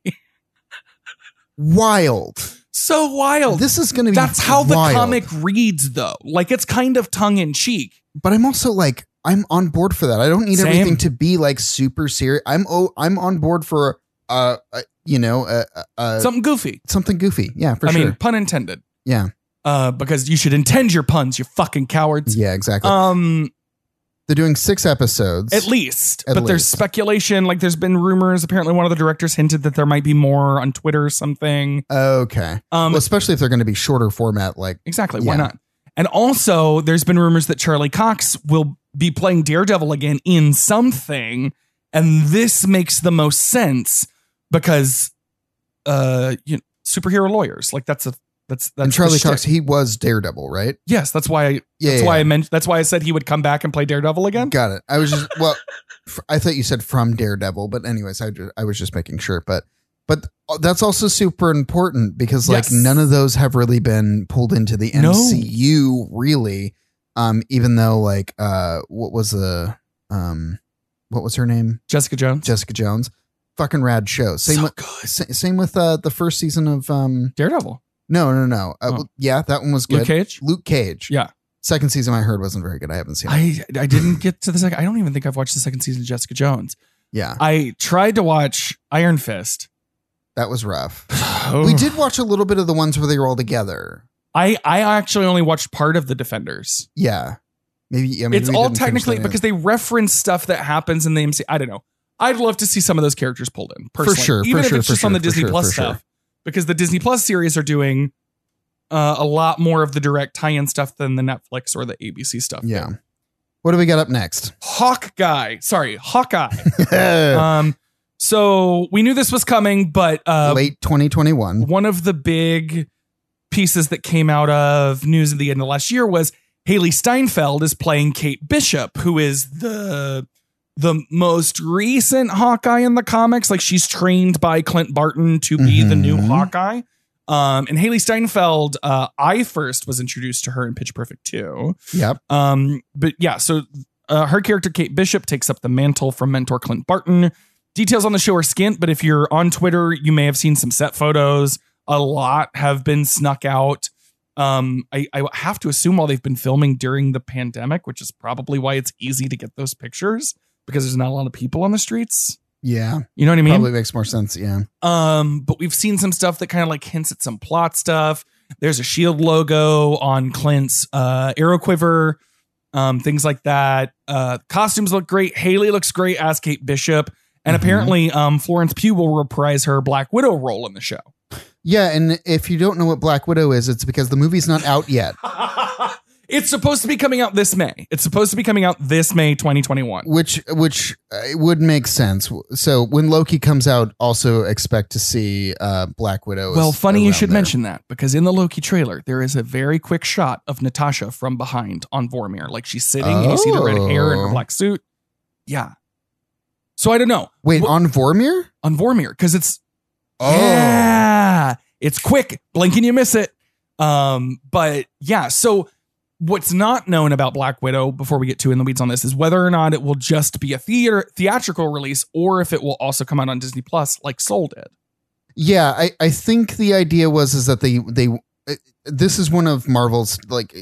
wild. So wild. This is going to be That's how the wild. comic reads, though. Like it's kind of tongue in cheek. But I'm also like I'm on board for that. I don't need Same. everything to be like super serious. I'm oh I'm on board for uh, uh you know uh, uh, uh Something goofy. something goofy. Yeah, for I sure. mean, pun intended. Yeah. Uh, because you should intend your puns, you fucking cowards. yeah, exactly. Um, They're doing six episodes. at least, At but there's least. speculation. Like, there's been rumors. Apparently, one of the directors hinted that there might be more on Twitter or something. okay. Um, well, especially if they're going to be shorter format. Like Exactly. Yeah. Why not? And also, there's been rumors that Charlie Cox will be playing Daredevil again in something, and this makes the most sense because, uh, you know, superhero lawyers like that's a that's that's and Charlie the shtick. Cox, he was Daredevil, right? Yes, that's why. I, Yeah. that's yeah, why I meant. That's why I said he would come back and play Daredevil again. Got it. I was just well, f- I thought you said from Daredevil, but anyways, I ju- I was just making sure. But but uh, that's also super important because like Yes. none of those have really been pulled into the No. MCU really. Um, even though like uh, what was the um, what was her name? Jessica Jones. Jessica Jones. Fucking rad show. Same so with, good. sa- same with uh the first season of um Daredevil. no no no uh, Oh. well, yeah that one was good Luke Cage. Luke Cage Yeah. second season I heard wasn't very good I haven't seen it I I didn't get to the second. I don't even think I've watched the second season of Jessica Jones. yeah I tried to watch Iron Fist. Oh. that was rough We did watch a little bit of the ones where they were all together. I I actually only watched part of the Defenders. Yeah. Maybe yeah, maybe it's we all didn't finish technically that because they reference stuff that happens in the MC. I don't know. I'd love to see some of those characters pulled in personally, sure, for even if sure, it's for just on the sure, for Disney sure, Plus for sure. stuff, because the Disney Plus series are doing uh, a lot more of the direct tie-in stuff than the Netflix or the ABC stuff. in. Yeah. What do we got up next? Uh, Hawkeye, sorry, Hawkeye. um, so we knew this was coming, but uh, Late 2021. one of the big pieces that came out of news at the end of last year was Haley Steinfeld is playing Kate Bishop, who is the the most recent Hawkeye in the comics. Like she's trained by Clint Barton to be the new Mhm. Hawkeye. Um, and Haley Steinfeld, uh, I first was introduced to her in Pitch Perfect 2. Yep. Um, but yeah, so uh, her character Kate Bishop takes up the mantle from mentor Clint Barton. Details on the show are scant, but if you're on Twitter, you may have seen some set photos. A lot have been snuck out. Um, I, I have to assume while they've been filming during the pandemic, which is probably why it's easy to get those pictures because there's not a lot of people on the streets. Yeah. You know what I mean? Probably makes more sense. Yeah. Um, but we've seen some stuff that kind of like hints at some plot stuff. There's a shield logo on Clint's uh arrow quiver, um, things like that. Uh costumes look great. Haley looks great as Kate Bishop. And Mhm. apparently, um, Florence Pugh will reprise her Black Widow role in the show. Yeah, and if you don't know what Black Widow is, it's because the movie's not out yet, it's supposed to be coming out this May. It's supposed to be coming out this May 2021. which which uh, it would make sense. So when Loki comes out, also expect to see uh Black Widow. is Well, funny you around should there. mention that because in the Loki trailer, there is a very quick shot of Natasha from behind on Vormir. Like she's sitting and you see the red hair and her Oh. black suit. Yeah. So I don't know. Wait, Wh- on Vormir? on Vormir because it's Oh. Oh. yeah, it's quick. Blink and you miss it. Um, but yeah, so what's not known about Black Widow before we get too in the weeds on this is whether or not it will just be a theater theatrical release or if it will also come out on Disney Plus like Soul did. Yeah, I, I think the idea was is that they they uh, this is one of Marvel's like uh,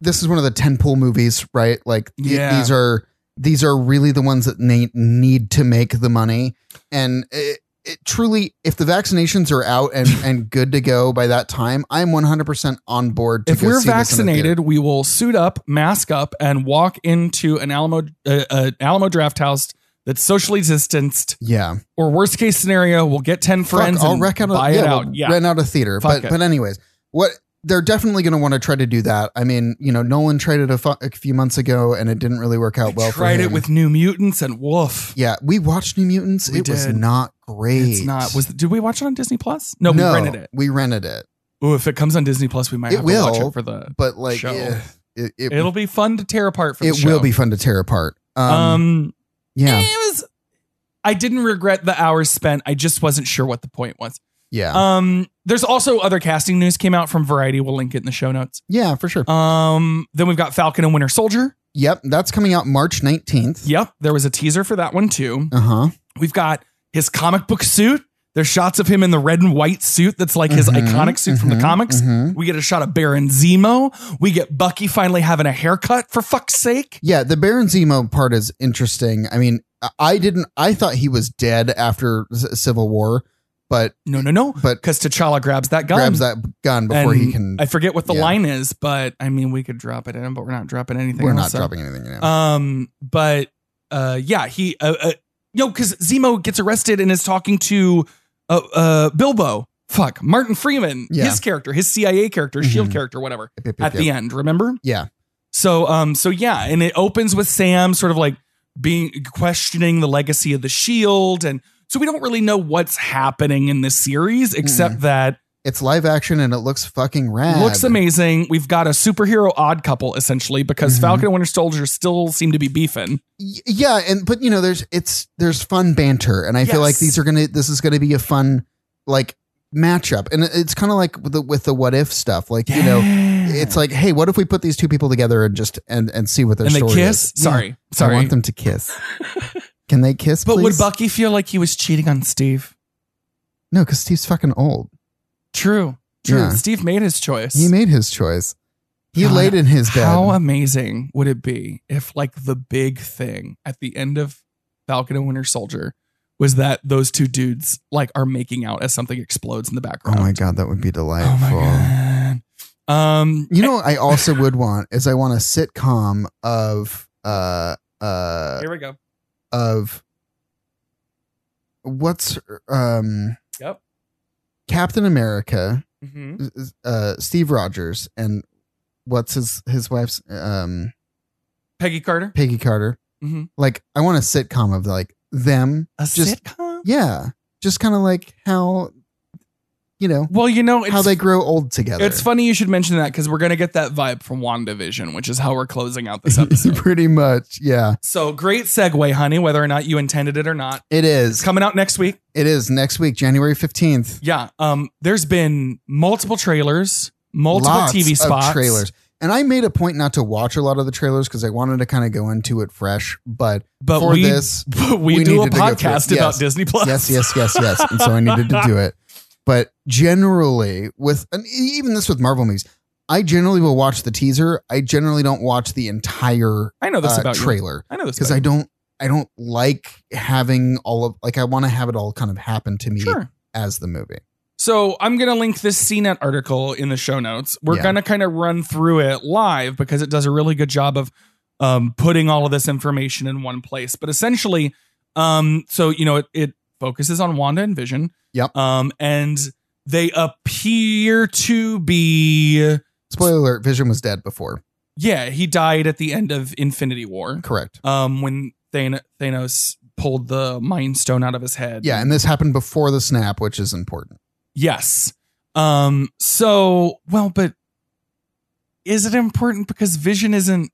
this is one of the tentpole movies, right? Like th- Yeah. these are these are really the ones that na- need to make the money, and it, it truly, if the vaccinations are out and and good to go by that time, I'm 100 percent on board. To if go we're see this in the theater. vaccinated, we will suit up, mask up, and walk into an Alamo uh, uh, Alamo Draft House that's socially distanced. yeah, Or worst case scenario, we'll get ten friends Fuck, I'll and wreck out a, buy yeah, it we'll out. Yeah, rent out a theater. Fuck but it. but anyways, what they're definitely going to want to try to do that. I mean, you know, Nolan tried it a, fu- a few months ago, and it didn't really work out well. Tried for it him. with New Mutants and woof. yeah. We watched New Mutants. We it was did. not great. It's not. Was did we watch it on Disney Plus? No, we rented it. We rented it, Ooh, if it comes on Disney Plus, we might It have to watch will, it for the. but like, Show. eh, it, it, It'll be fun to tear apart for the it show. will be fun to tear apart. Um, Um, yeah, it was. I didn't regret the hours spent. I just wasn't sure what the point was. yeah, Um, there's also other casting news came out from Variety. We'll link it in the show notes. yeah, for sure. Um, then we've got Falcon and Winter Soldier. yep, that's coming out March nineteenth. Yep, there was a teaser for that one too. Uh huh. We've got his comic book suit. There's shots of him in the red and white suit that's like his Mhm, iconic suit from the mhm, comics. mhm. We get a shot of Baron Zemo. We get Bucky finally having a haircut for fuck's sake. Yeah, the Baron Zemo part is interesting. I mean, I- I didn't. I thought he was dead after C- Civil War, but No, no, no. but Because T'Challa grabs that gun. grabs that gun before and he can. I forget what the yeah. line is, but I mean, we could drop it in, but we're not dropping anything. we're not else, so. dropping anything. You know. Um, but uh, yeah, he uh, uh no, because Zemo gets arrested and is talking to uh, uh Bilbo. Fuck, Martin Freeman, Yeah. his character, his CIA character, Shield Mhm. E character, whatever. Yep, yep, At yep. the end, remember? Yeah. So um, so yeah, and it opens with Sam sort of like being questioning the legacy of the Shield, E and so we don't really know what's happening in this series Mm. except that it's live action and it looks fucking rad. Looks amazing. We've got a superhero odd couple essentially because Mhm. Falcon and Winter Soldier still seem to be beefing. Y- Yeah, and but you know, there's it's there's fun banter, and I feel like Yes. these are gonna this is gonna be a fun like matchup, and it- it's kind of like with the, with the what if stuff, like you know. It's like, hey, what if we put these two people together and just and and see what their and story they kiss. is? Yeah. Sorry, sorry. I want them to kiss. Can they kiss? but would please? Bucky feel like he was cheating on Steve? No, because Steve's fucking old. True, true. Yeah. Steve made his choice. He made his choice. He God, laid in his bed. How amazing would it be if, like, the big thing at the end of Falcon and Winter Soldier was that those two dudes like are making out as something explodes in the oh background? my god, that would be Oh my delightful. god. Um, You know, what I also would want is I want a sitcom of uh uh here we go. of what's um Yep. Captain America, hmm uh Steve Rogers, and what's his his wife's um Peggy Carter, Peggy Carter. Mhm. Like, I want a sitcom of like them. a Just- sitcom. Yeah, just kind of like how you know Well, you know, it's how they grow old together. It's funny you should mention that because we're going to get that vibe from WandaVision, which is how we're closing out this episode. Pretty much, yeah. so great segue, honey, whether or not you intended it or not. It It's is. coming out next week. It is next week, January fifteenth. Yeah. Um, there's been multiple trailers, multiple Lots TV of spots. trailers. And I made a point not to watch a lot of the trailers because I wanted to kind of go into it fresh. But, But for we, this, but we, we do a needed to go through it. podcast Yes. about Disney Plus. yes, yes, yes, yes. And so I needed to do it. But generally, with and e- even this with Marvel movies, I generally will watch the teaser. I generally don't watch the entire I know this uh, about you. trailer I know this because because I don't. I don't like having all of like I want to have it all kind of happen to me sure. as the movie. So I'm gonna link this CNET article in the show notes. We're Yeah. gonna kind of run through it live because it does a really good job of um, putting all of this information in one place. But essentially, um, so you know, it, it focuses on Wanda and Vision. Yep. Um, and they appear to be Spoiler alert: Vision was dead before. yeah, he died at the end of Infinity War. Correct. Um, when Than- Thanos pulled the Mind Stone out of his head. Yeah, and this happened before the snap, which is important. Yes. Um so well but is it important because vision isn't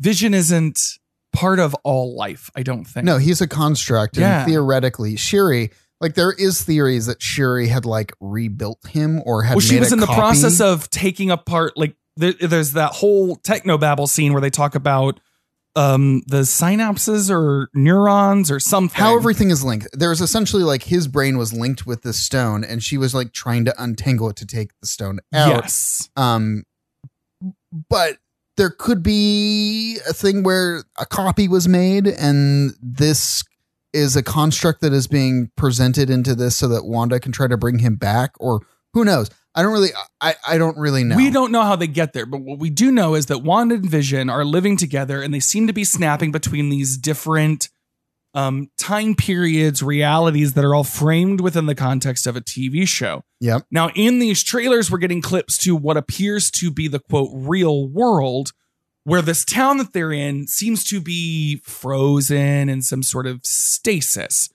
vision isn't part of all life, I don't think. No, he's a construct. And Yeah. theoretically, Shuri, like there is theories that Shuri had like rebuilt him or had. Well, she made was a in the copy. process of taking apart like there, there's that whole technobabble scene where they talk about um the synapses or neurons or something. how everything is linked. There was essentially like his brain was linked with this stone, and she was like trying to untangle it to take the stone out. Yes. Um, but there could be a thing where a copy was made, and this is a construct that is being presented into this so that Wanda can try to bring him back, or who knows? I don't really, I, I don't really know. We don't know how they get there, but what we do know is that Wanda and Vision are living together and they seem to be snapping between these different um, time periods, realities that are all framed within the context of a TV show. Yep. Now, in these trailers, we're getting clips to what appears to be the quote real world, where this town that they're in seems to be frozen in some sort of stasis.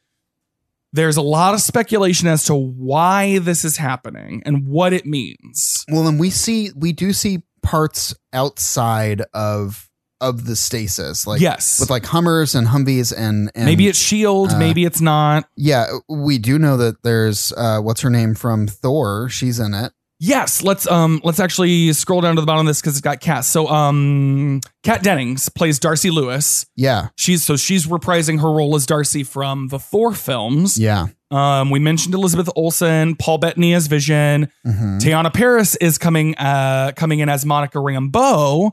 There's a lot of speculation as to why this is happening and what it means. Well, and we see we do see parts outside of of the stasis, like yes. with like Hummers and Humvees and, and maybe it's Shield, uh, E maybe it's not. yeah. We do know that there's uh, what's her name from Thor. She's in it. Yes, let's um let's actually scroll down to the bottom of this because it's got Kat. So um Kat Dennings plays Darcy Lewis. Yeah, She's so she's reprising her role as Darcy from the Thor films. yeah. Um, we mentioned Elizabeth Olsen, Paul Bettany as Vision. Mhm. Tayana Paris is coming uh coming in as Monica Rambeau,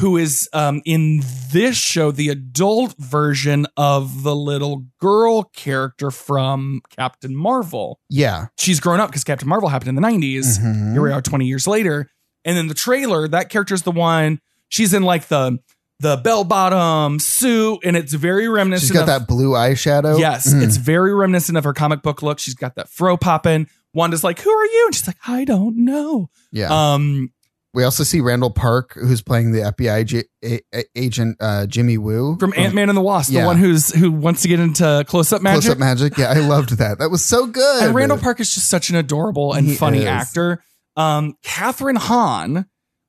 who is um in this show the adult version of the little girl character from Captain Marvel. Yeah. She's grown up because Captain Marvel happened in the 90s Mhm. here we are 20 years later and then the trailer that character's the one she's in like the the bell bottom suit and it's very reminiscent She's got of, that blue eyeshadow. yes Mm. it's very reminiscent of her comic book look she's got that fro popping wanda's like who are you and she's like i don't know yeah. um we also see Randall Park, who's playing the FBI j- a- a- agent uh, Jimmy Woo from ant-man and the wasp the Yeah. one who's who wants to get into close-up magic Close Up Magic. Yeah, I loved that. That was so good. and Randall Park is just such an adorable and He funny is. actor. Um, Catherine Hahn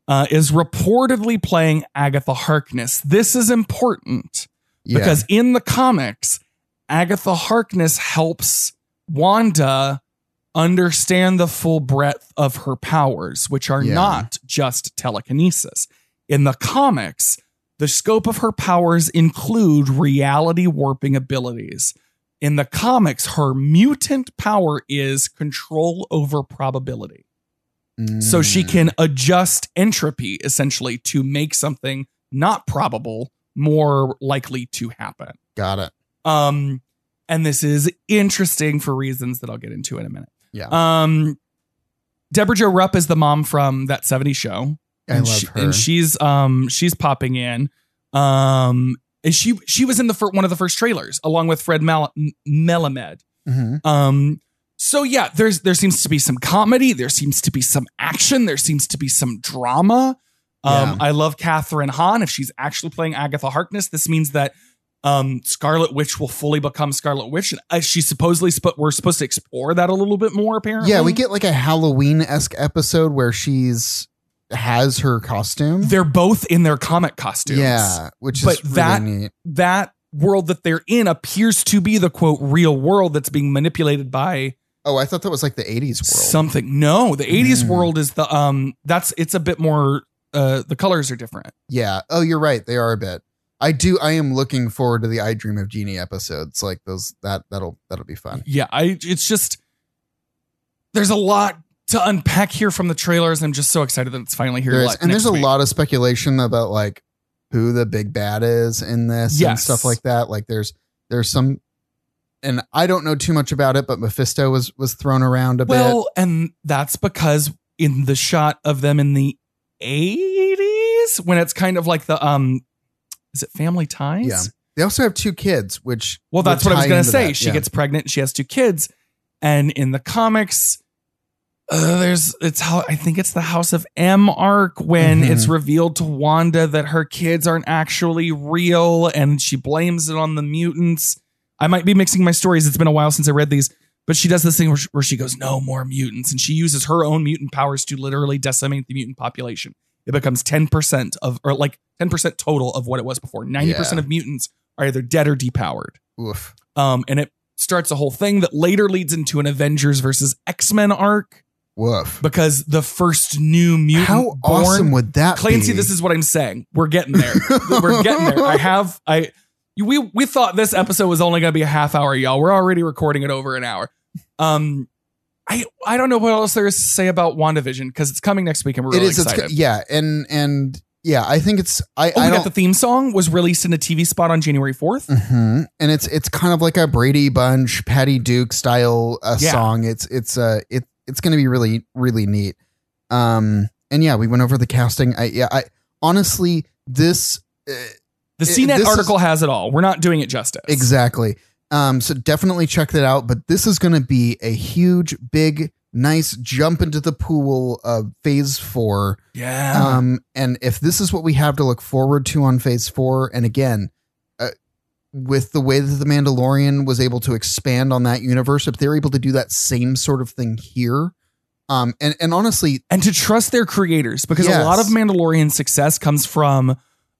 uh, is reportedly playing Agatha Harkness. This is important Yeah. because in the comics, Agatha Harkness helps Wanda understand the full breadth of her powers, which are Yeah. not just telekinesis. In the comics, the scope of her powers include reality warping abilities. In the comics, her mutant power is control over probability. So she Mm. can adjust entropy essentially to make something not probable more likely to happen. got it. Um, and this is interesting for reasons that I'll get into in a minute. Yeah. Um, Deborah Jo Rupp is the mom from that 70s show. I and love she- her. And she's um she's popping in. Um, and she she was in the fir- one of the first trailers along with Fred Mal- M- Melamed. Mhm. Um, so yeah, there's there seems to be some comedy, there seems to be some action, there seems to be some drama. Um, Yeah. I love Catherine Hahn. If she's actually playing Agatha Harkness, this means that um, Scarlet Witch will fully become Scarlet Witch. Uh, she's supposedly sp- we're supposed to explore that a little bit more. Apparently, Yeah, we get like a Halloween esque episode where she's has her costume. They're both in their comic costumes. yeah, which But is really that- neat. that world that they're in appears to be the quote real world that's being manipulated by Oh, I thought that was like the '80s world. something no the 80s Mm. world is the um that's it's a bit more uh the colors are different yeah. Oh, you're right. They are a bit. I do. I am looking forward to the "I Dream of Genie" episodes. Like those. That that'll that'll be fun. yeah i it's just there's a lot to unpack here from the trailers i'm just so excited that it's finally here There is, like, and next there's a week. lot of speculation about like who the big bad is in this and Yes. stuff like that. Like there's there's some, and I don't know too much about it, but Mephisto was was thrown around a bit. well and that's because in the shot of them in the 80s when it's kind of like the um is it family ties Yeah. They also have two kids, which Well, that's would what I was tie going into to say. that, She yeah. gets pregnant and she has two kids. And in the comics, uh, there's it's how I think it's the House of M arc when Mhm. it's revealed to Wanda that her kids aren't actually real and she blames it on the mutants. I might be mixing my stories. It's been a while since I read these, but she does this thing where she, where she goes, No more mutants. And she uses her own mutant powers to literally decimate the mutant population. It becomes 10% of, or like 10% total of what it was before. 90% Yeah. of mutants are either dead or depowered oof. um, and it starts a whole thing that later leads into an Avengers versus X Men arc Woof. because the first new mutant How born. awesome would that Clancy, be? this is what I'm saying. We're getting there. We're getting there. I have I we we thought this episode was only going to be a half hour, y'all. We're already recording it over an hour. Um, I I don't know what else there is to say about Wandavision because it's coming next week and we're It really is. excited. It's, yeah, and and yeah, I think it's. I, oh, I we don't. got the theme song was released in a TV spot on January fourth. hmm And it's it's kind of like a Brady Bunch, Patty Duke style uh, Yeah. song. It's it's uh it it's going to be really really neat. Um and yeah, we went over the casting. I yeah, I honestly this uh, The It- CNET this article has it all. We're not doing it justice. Exactly. Um, so definitely check that out. But this is going to be a huge, big, nice jump into the pool of phase four. Yeah. Um, and if this is what we have to look forward to on phase four, and again, uh, with the way that The Mandalorian was able to expand on that universe, if they're able to do that same sort of thing here, um, and, and honestly, and to trust their creators because a Yes. lot of Mandalorian success comes from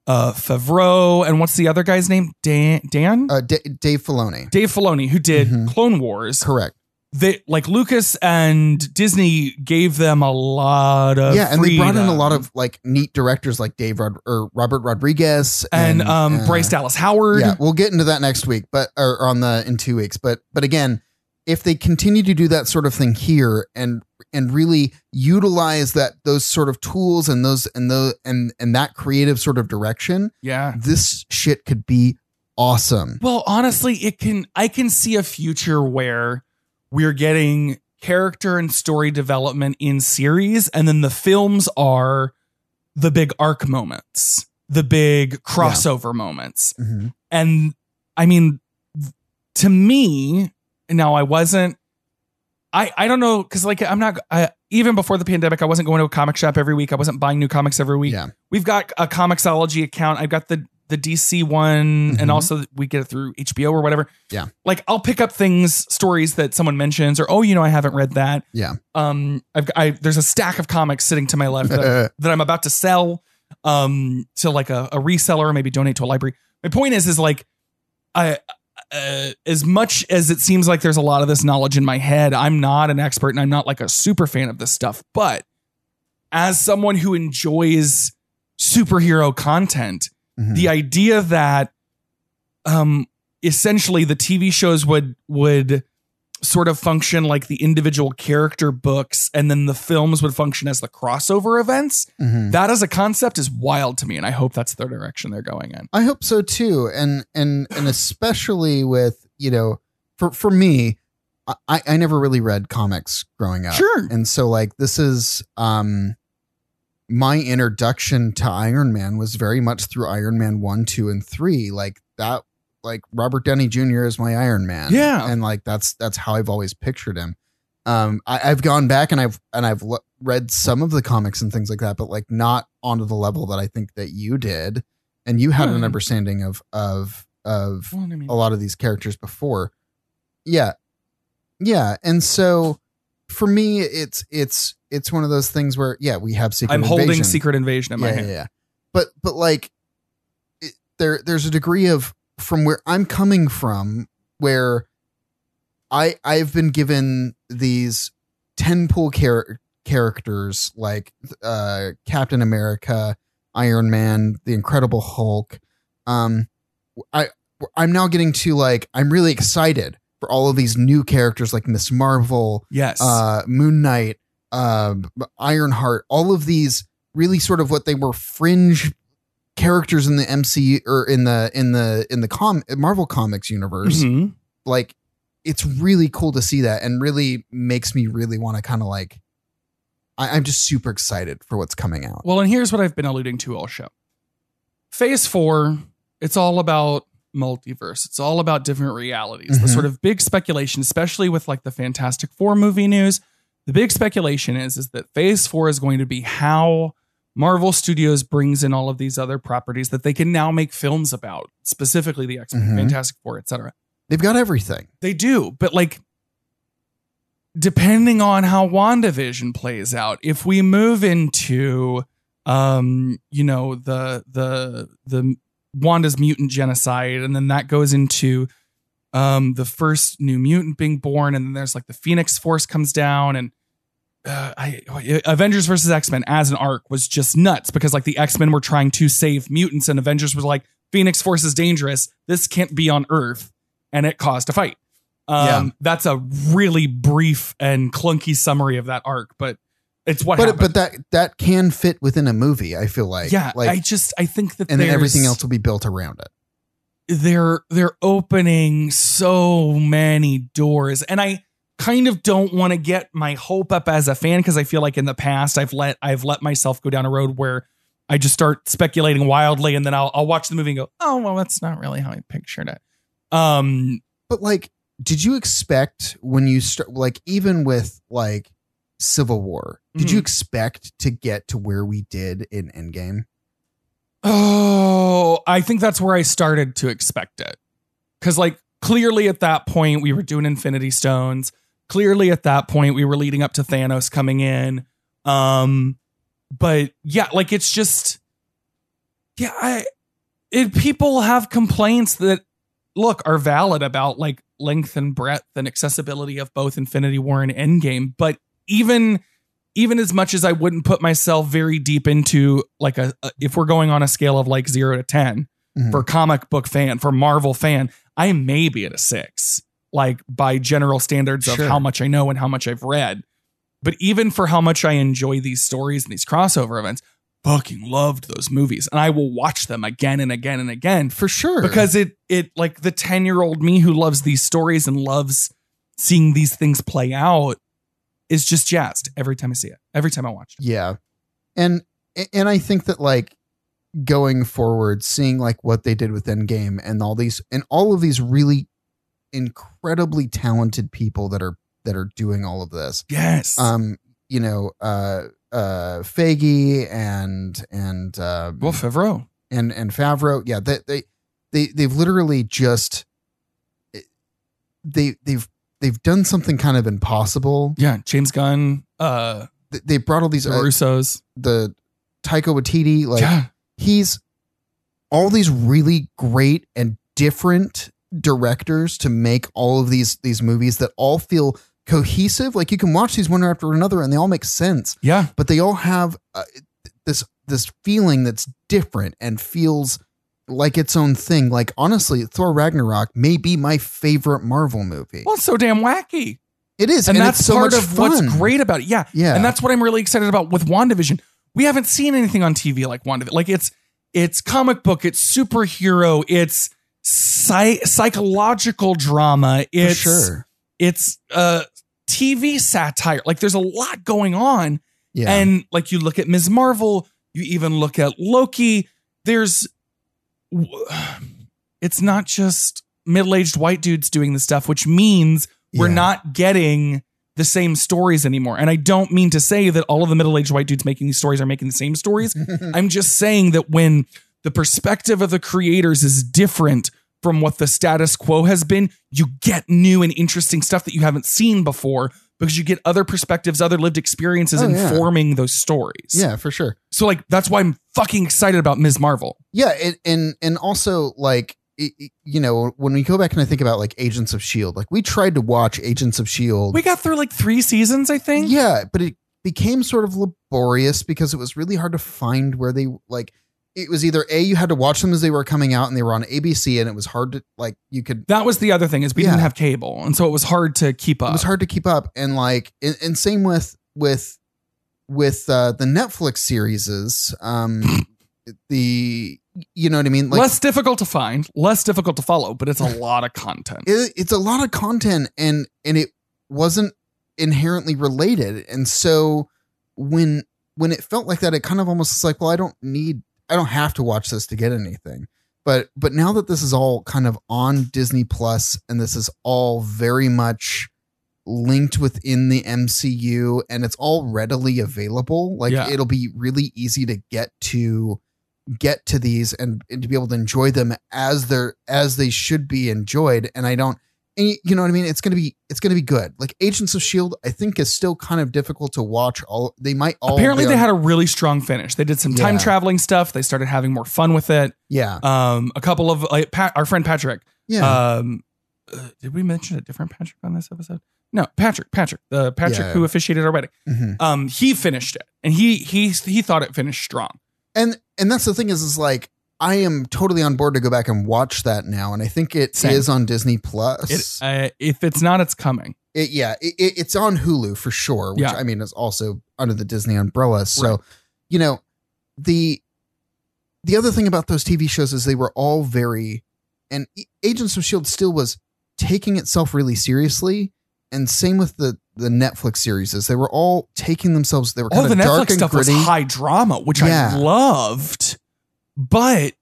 uh Favreau and what's the other guy's name? Dan Dan? uh, D- Dave Filoni, Dave Filoni who did Mhm. Clone Wars. correct. They like Lucas and Disney gave them a lot of yeah, and they brought in a freedom. lot of like neat directors like Dave Rod- or Robert Rodriguez and, um uh, Bryce Dallas Howard. Yeah, we'll get into that next week, but or on the in two weeks. But but again, if they continue to do that sort of thing here and and really utilize that those sort of tools and those and those and and that creative sort of direction, yeah. this shit could be awesome. Well, honestly, it can I can see a future where we're getting character and story development in series and then the films are the big arc moments, the big crossover moments. Mhm. And I mean to me, now I wasn't I I don't know cuz like I'm not I, even before the pandemic I wasn't going to a comic shop every week. I wasn't buying new comics every week Yeah, we've got a comicsology account i've got the the dc one and Mhm. also we get it through hbo or whatever Yeah. like i'll pick up things stories that someone mentions or oh you know i haven't read that Yeah. um i've got- I, there's a stack of comics sitting to my left that, Mm-hmm. that i'm about to sell um to like a, a reseller or maybe donate to a library my point is is like i uh, as much as it seems like there's a lot of this knowledge in my head i'm not an expert and i'm not like a super fan of this stuff but as someone who enjoys superhero content Mhm. the idea that um essentially the tv shows would would sort of function like the individual character books and then the films would function as the crossover events Mhm. that as a concept is wild to me and i hope that's the direction they're going in I hope so too, and and and especially with you know, for for me, I- I I never really read comics growing up. sure And so like this is um my introduction to Iron Man was very much through Iron Man 1, 2 and 3. Like that like Robert Downey Jr. is my Iron Man. Yeah. And like that's that's how I've always pictured him. Um I, I've gone back and I've and I've lo- read some of the comics and things like that, but like not onto the level that I think that you did. And you had Hmm. an understanding of of of Well, I mean- a lot of these characters before. Yeah. Yeah, and so for me it's it's it's one of those things where yeah, we have secret i'm holding Invasion. secret invasion in my yeah, hand yeah, yeah. But but like it, there there's a degree of from where I'm coming from where I I've been given these 10 pool char- characters like uh Captain America, Iron Man, The Incredible Hulk. Um, I I'm now getting to like I'm really excited for all of these new characters like Miss Marvel, yes uh, Moon Knight, um, Ironheart. All of these really sort of what they were fringe characters in the MCU or in the in the in the com Marvel comics universe. Mhm. Like it's really cool to see that, and really makes me really want to kind of like. I, I'm just super excited for what's coming out. Well, and here's what I've been alluding to all show. Phase four, it's all about multiverse. It's all about different realities. The Mhm. sort of big speculation, especially with like the Fantastic Four movie news, the big speculation is is that phase four is going to be how Marvel Studios brings in all of these other properties that they can now make films about, specifically the X-Men, Mhm. Fantastic Four, et cetera. They've got everything. They do, but like depending on how WandaVision plays out, if we move into um, you know, the the the Wanda's mutant genocide, and then that goes into um the first new mutant being born, and then there's like the Phoenix Force comes down and uh, I, Avengers versus X Men as an arc was just nuts because like the X Men were trying to save mutants and Avengers was like Phoenix Force is dangerous. This can't be on Earth, and it caused a fight. Um, Yeah. that's a really brief and clunky summary of that arc, but it's what. but happened. but that that can fit within a movie. I feel like yeah, like I just I think that and then everything there's- else will be built around it. they're they're opening so many doors and i kind of don't want to get my hope up as a fan because i feel like in the past i've let i've let myself go down a road where I just start speculating wildly, and then I'll I'll watch the movie and go, oh well, that's not really how I pictured it. Um, But like, did you expect when you start, like, even with like Civil War, did you Mhm. expect to get to where we did in Endgame? oh, I think that's where I started to expect it, because like clearly at that point we were doing Infinity Stones. Clearly at that point we were leading up to Thanos coming in. Um, but yeah, like it's just, yeah, I, it people have complaints that look are valid about like length and breadth and accessibility of both Infinity War and Endgame, but even even as much as I wouldn't put myself very deep into like a, a- if we're going on a scale of like 0 to 10 Mhm. for comic book fan, for Marvel fan, I may be at a 6 like by general standards Sure. of how much I know and how much I've read. But even for how much I enjoy these stories and these crossover events, fucking loved those movies and I will watch them again and again and again For sure. because it it like the 10 year old me who loves these stories and loves seeing these things play out is just jazzed every time i see it every time i watch it Yeah. And and I think that like going forward, seeing like what they did with Endgame and all these and all of these really incredibly talented people that are that are doing all of this. yes Um, you know, uh uh Faggy and and uh well favreau and and Favreau, yeah, they they they they've literally just they they've they've done something kind of impossible. yeah james gunn uh They- They brought all these the uh, russos the Taika Waititi like yeah he's all these really great and different directors to make all of these these movies that all feel cohesive like you can watch these one after another and they all make sense yeah but they all have uh, this this feeling that's different and feels like its own thing like honestly Thor Ragnarok may be my favorite Marvel movie well it's so damn wacky it is and, and, that's it's so part much of what's fun. great about it yeah yeah And that's what I'm really excited about with WandaVision. We haven't seen anything on TV like WandaVision. Like it's it's comic book, it's superhero, it's psy- psychological drama, for it's sure it's uh TV satire. Like there's a lot going on. yeah And like you look at Ms. Marvel, you even look at Loki, there's it's not just middle-aged white dudes doing the stuff, which means we're Yeah. not getting the same stories anymore. And I don't mean to say that all of the middle aged white dudes making these stories are making the same stories. I'm just saying that when the perspective of the creators is different from what the status quo has been, you get new and interesting stuff that you haven't seen before because you get other perspectives, other lived experiences Oh, yeah. informing those stories. yeah for sure So, like, that's why I'm fucking excited about Ms. Marvel. yeah and and, and also like it, it- you know when we go back and i think about like agents of shield E like we tried to watch agents of shield We got through like three seasons, I think. yeah but it became sort of laborious because it was really hard to find where they like it was either a you had to watch them as they were coming out and they were on abc and it was hard to like you could That was the other thing is we Yeah. didn't have cable, and so it was hard to keep up. it was hard to keep up and like and, and same with with with uh the netflix series um the you know what i mean less difficult to find, less difficult to follow, but it's a lot of content. it, it's a lot of content and and it wasn't inherently related and so when when it felt like that it kind of almost is like well i don't need i don't have to watch this to get anything but but now that this is all kind of on disney plus and this is all very much linked within the mcu and it's all readily available like Yeah. it'll be really easy to get to get to these and, and to be able to enjoy them as they're as they should be enjoyed and i don't and y- you know what i mean it's gonna be it's gonna be good like agents of shield i think is still kind of difficult to watch all they might all Apparently, be they on- had a really strong finish. They did some time Yeah. traveling stuff. They started having more fun with it. yeah Um, a couple of like, Pat, our friend Patrick. yeah Um, uh, did we mention a different Patrick on this episode? No, Patrick. Patrick, the Patrick Yeah. who officiated our wedding. Mhm. Um, he finished it, and he he he thought it finished strong. and and that's the thing is is like i am totally on board to go back and watch that now and i think it is Same. on disney plus It, uh, if it's not, it's coming. It- yeah, it, it- it's on Hulu for sure, which Yeah. I mean is also under the Disney umbrella. So, you know, the the other thing about those TV shows is they were all E, very and A- Agents of Shield still was taking itself really seriously and same with the the Netflix series is they were all taking themselves they were All kind Oh, the of dark Netflix and stuff gritty. was high drama, which Yeah. I loved, but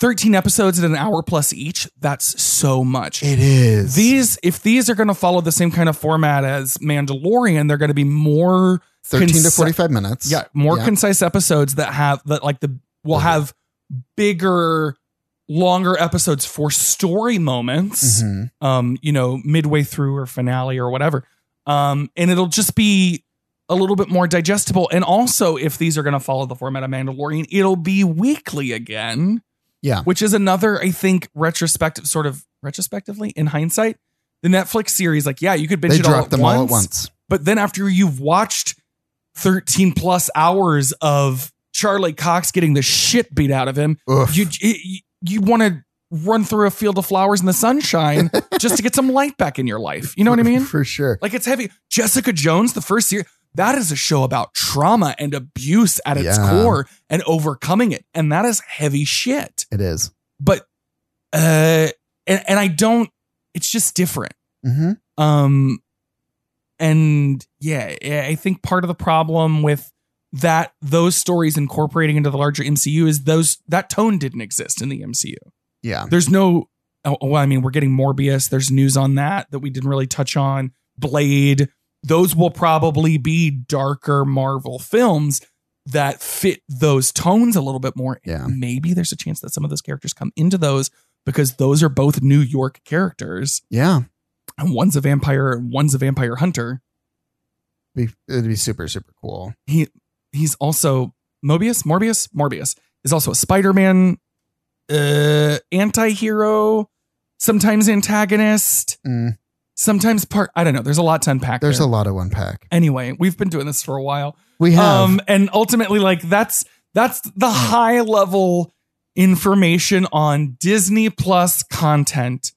13 episodes at an hour plus each, that's so much. It is these, if these are going to follow the same kind of format as Mandalorian, they're going to be more, thirteen to conce- forty five minutes. yeah, more Yeah. concise episodes that have that like the will Mhm. have bigger, longer episodes for story moments Mhm. um, you know, midway through or finale or whatever. Um, and it'll just be a little bit more digestible. And also, if these are going to follow the format of Mandalorian, it'll be weekly again. Yeah. Which is another, I think, retrospective, sort of retrospectively in hindsight, the Netflix series, like, yeah, you could binge They it all dropped at, them once, all at once. But then after you've watched 13 plus hours of Charlie Cox getting the shit beat out of him, Oof. you you, you want to run through a field of flowers in the sunshine just to get some light back in your life. You know what I mean? For sure. Like it's heavy. Jessica Jones, the first year, that is a show about trauma and abuse at its Yeah. core and overcoming it, and that is heavy shit. It is. But uh, and and I don't. It's just different. Mm-hmm. Um, and yeah, yeah, I think part of the problem with that those stories incorporating into the larger MCU is those that tone didn't exist in the MCU. Yeah. There's no. Oh, well, I mean, we're getting Morbius. There's news on that that we didn't really touch on. Blade. Those will probably be darker Marvel films that fit those tones a little bit more. Yeah. Maybe there's a chance that some of those characters come into those because those are both New York characters Yeah. and one's a vampire and one's a vampire hunter. Be, it'd be super, super cool. He's also Mobius, Morbius, Morbius is also a Spider-Man uh anti-hero, sometimes antagonist, Mm. sometimes part I don't know, there's a lot to unpack. There's a lot to unpack. Anyway, we've been doing this for a while. We have Mm. Um and ultimately like that's that's the high level information on Disney Plus content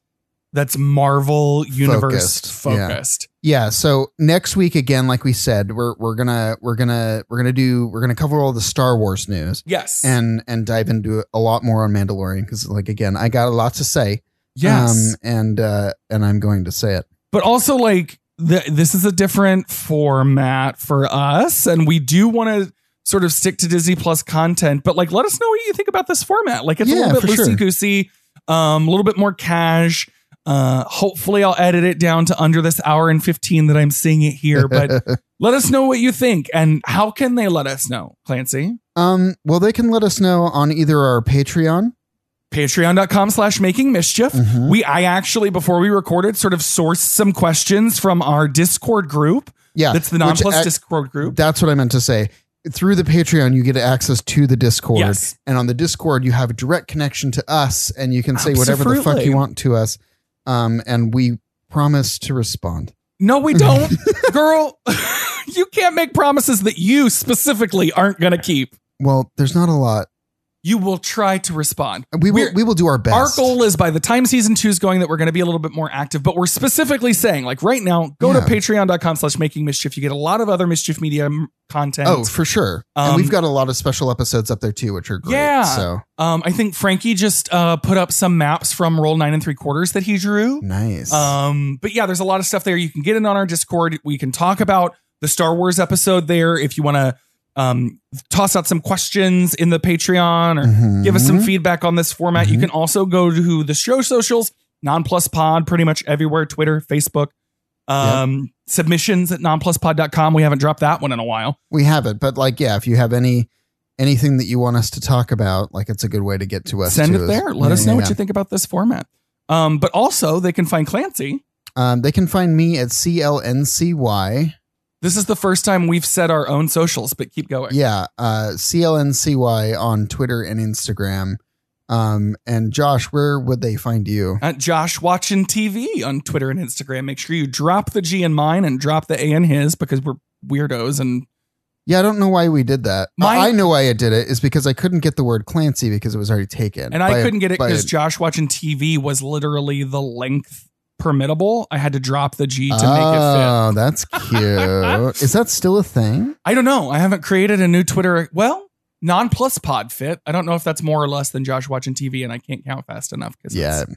that's Marvel universe Focused, yeah. focused. Yeah, so next week again like we said, we're we're going to we're going to we're going to do we're going to cover all the Star Wars news Yes. and and dive into a lot more on Mandalorian cuz like again, I got a lot to say. yes. Um and uh and I'm going to say it. but also like the, this is a different format for us and we do want to sort of stick to disney plus content but like let us know what you think about this format like it's a Yeah, little bit for sure. loosey goosey um, a little bit more cash uh, hopefully i'll edit it down to under this hour and 15 that i'm seeing it here but let us know what you think and how can they let us know clancy um well they can let us know on either our Patreon. patreon.com slash making mischief Mhm. we i actually before we recorded sort of sourced some questions from our discord group Yeah. that's the which uh, nonplus ac- discord group That's what I meant to say. Through the Patreon, you get access to the Discord. Yes. And on the Discord, you have a direct connection to us and you can say whatever the fuck Absolutely. you want to us. Um, and we promise to respond. No, we don't. Girl, you can't make promises that you specifically aren't going to keep. Well, there's not a lot. You will try to respond. We will, We're- we will do our best. Our goal is by the time season two is going that we're going to be a little bit more active, but we're specifically saying like right now, go Yeah. to patreon.com slash making mischief. You get a lot of other mischief media mm, content. Oh, for sure. Um, and we've got a lot of special episodes up there too, which are great. Yeah. So Um, I think Frankie just uh, put up some maps from roll nine and three quarters that he drew. nice. Um, but yeah, there's a lot of stuff there. You can get in on our Discord. We can talk about the Star Wars episode there if you want to um, toss out some questions in the Patreon or Mhm. give us some feedback on this format. You Mhm. can also go to the show socials, Nonplus Pod, pretty much everywhere Twitter, Facebook. Um, Submissions at nonpluspod.com. We haven't dropped that one in a while. We have it, but like, yeah, if you have any anything that you want us to talk about, like, it's a good way to get to us. Send too, it is- there. Let Yeah, us know yeah, what yeah. you think about this format. Um, but also, they can find Clancy. Um, they can find me at CLNCY. This is the first time we've said our own socials, but keep going. Yeah, uh, CLNCY on Twitter and Instagram. Um, and Josh, where would they find you? at Josh Watching TV on Twitter and Instagram. Make sure you drop the G in mine and drop the A in his because we're weirdos. And Yeah, I don't know why we did that. My- I I know why I did it is because I couldn't get the word Clancy because it was already taken. and by I a- couldn't get it by a- because Josh Watching TV was literally the length permittable. I had to drop the G to make it fit. Oh, that's cute. is that still a thing? I don't know. I haven't created a new Twitter. Well, non plus pod fit. I don't know if that's more or less than Josh Watching TV, and I can't count fast enough. Cause Yeah. it's-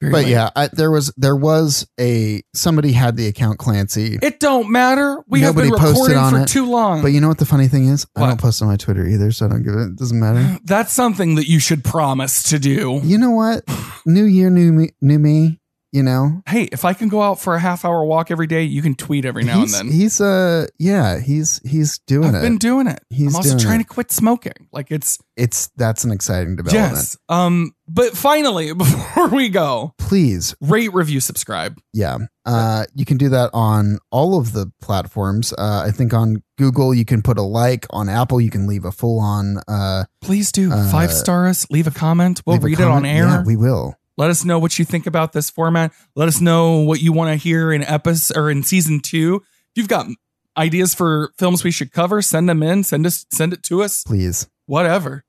Very But lame. yeah, I, there was there was a somebody had the account Clancy. it don't matter. We have been Nobody posted recording on for it, too long. But you know what the funny thing is? What? I don't post on my Twitter either, so I don't give it. It doesn't matter. That's something that you should promise to do. You know what? New year, new me, new me. You know, Hey, if I can go out for a half hour walk every day, you can tweet every now he's, and then. he's uh yeah he's he's doing I've it. been doing it. he's I'm also doing trying to it. quit smoking. Like it's It's that's an exciting development. yes. Um, but finally, before we go, Please, rate, review, subscribe. yeah. Uh, you can do that on all of the platforms. Uh, I think on Google you can put a like. On Apple you can leave a full on. Uh, Please do Uh, five star us. Leave a comment. We'll leave a read it on comment. air. Yeah, we will. Let us know what you think about this format. Let us know what you want to hear in episode or in season two. If you've got ideas for films we should cover, send them in. Send us send it to us. Please. Whatever.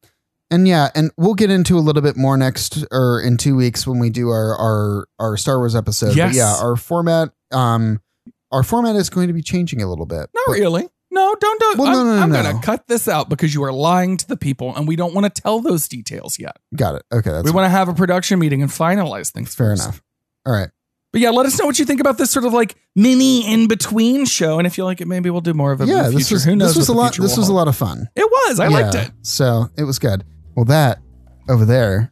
And yeah, and we'll get into a little bit more next or in two weeks when we do our our our Star Wars episode. Yes. But yeah, our format um our format is going to be changing a little bit. Not But really. No, don't do Well, I'm, no, no, I'm no. gonna cut this out because you are lying to the people and we don't want to tell those details yet. Got it. Okay, that's we want to have a production meeting and finalize things. fair first. enough. All right. But yeah, let us know what you think about this sort of like mini in between show. And if you like it, maybe we'll do more of it. in Yeah, the this future. was Who knows? this was what a the lot future this will was a hold. lot of fun. It was. I liked Yeah, it. So it was good. Well that over there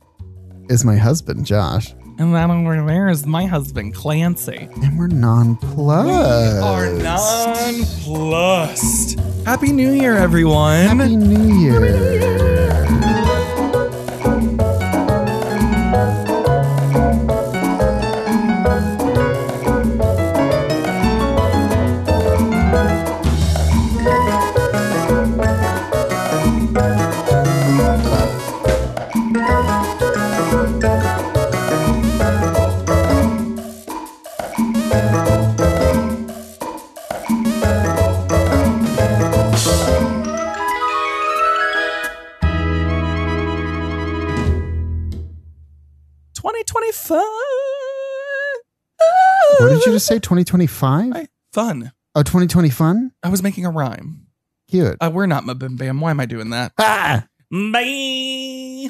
is my husband, Josh. And that over there is my husband, Clancy. And we're nonplussed. Uh, nonplussed. Happy New Year, everyone. Happy New Year. Twenty twenty fun. What did you just say? 2025? I- Fun. Oh, 2020 fun? I was making a rhyme. Cute. Uh, we're not Mabim Bam. Why am I doing that? Ah! Bye.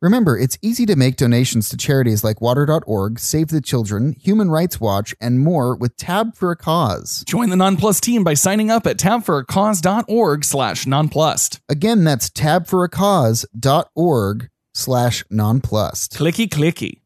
Remember, it's easy to make donations to charities like water.org, Save the Children, Human Rights Watch, and more with Tab for a Cause. Join the Nonplus team by signing up at tabforacause.org slash nonplussed. Again, that's tabforacause.org slash nonplussed. Clicky clicky.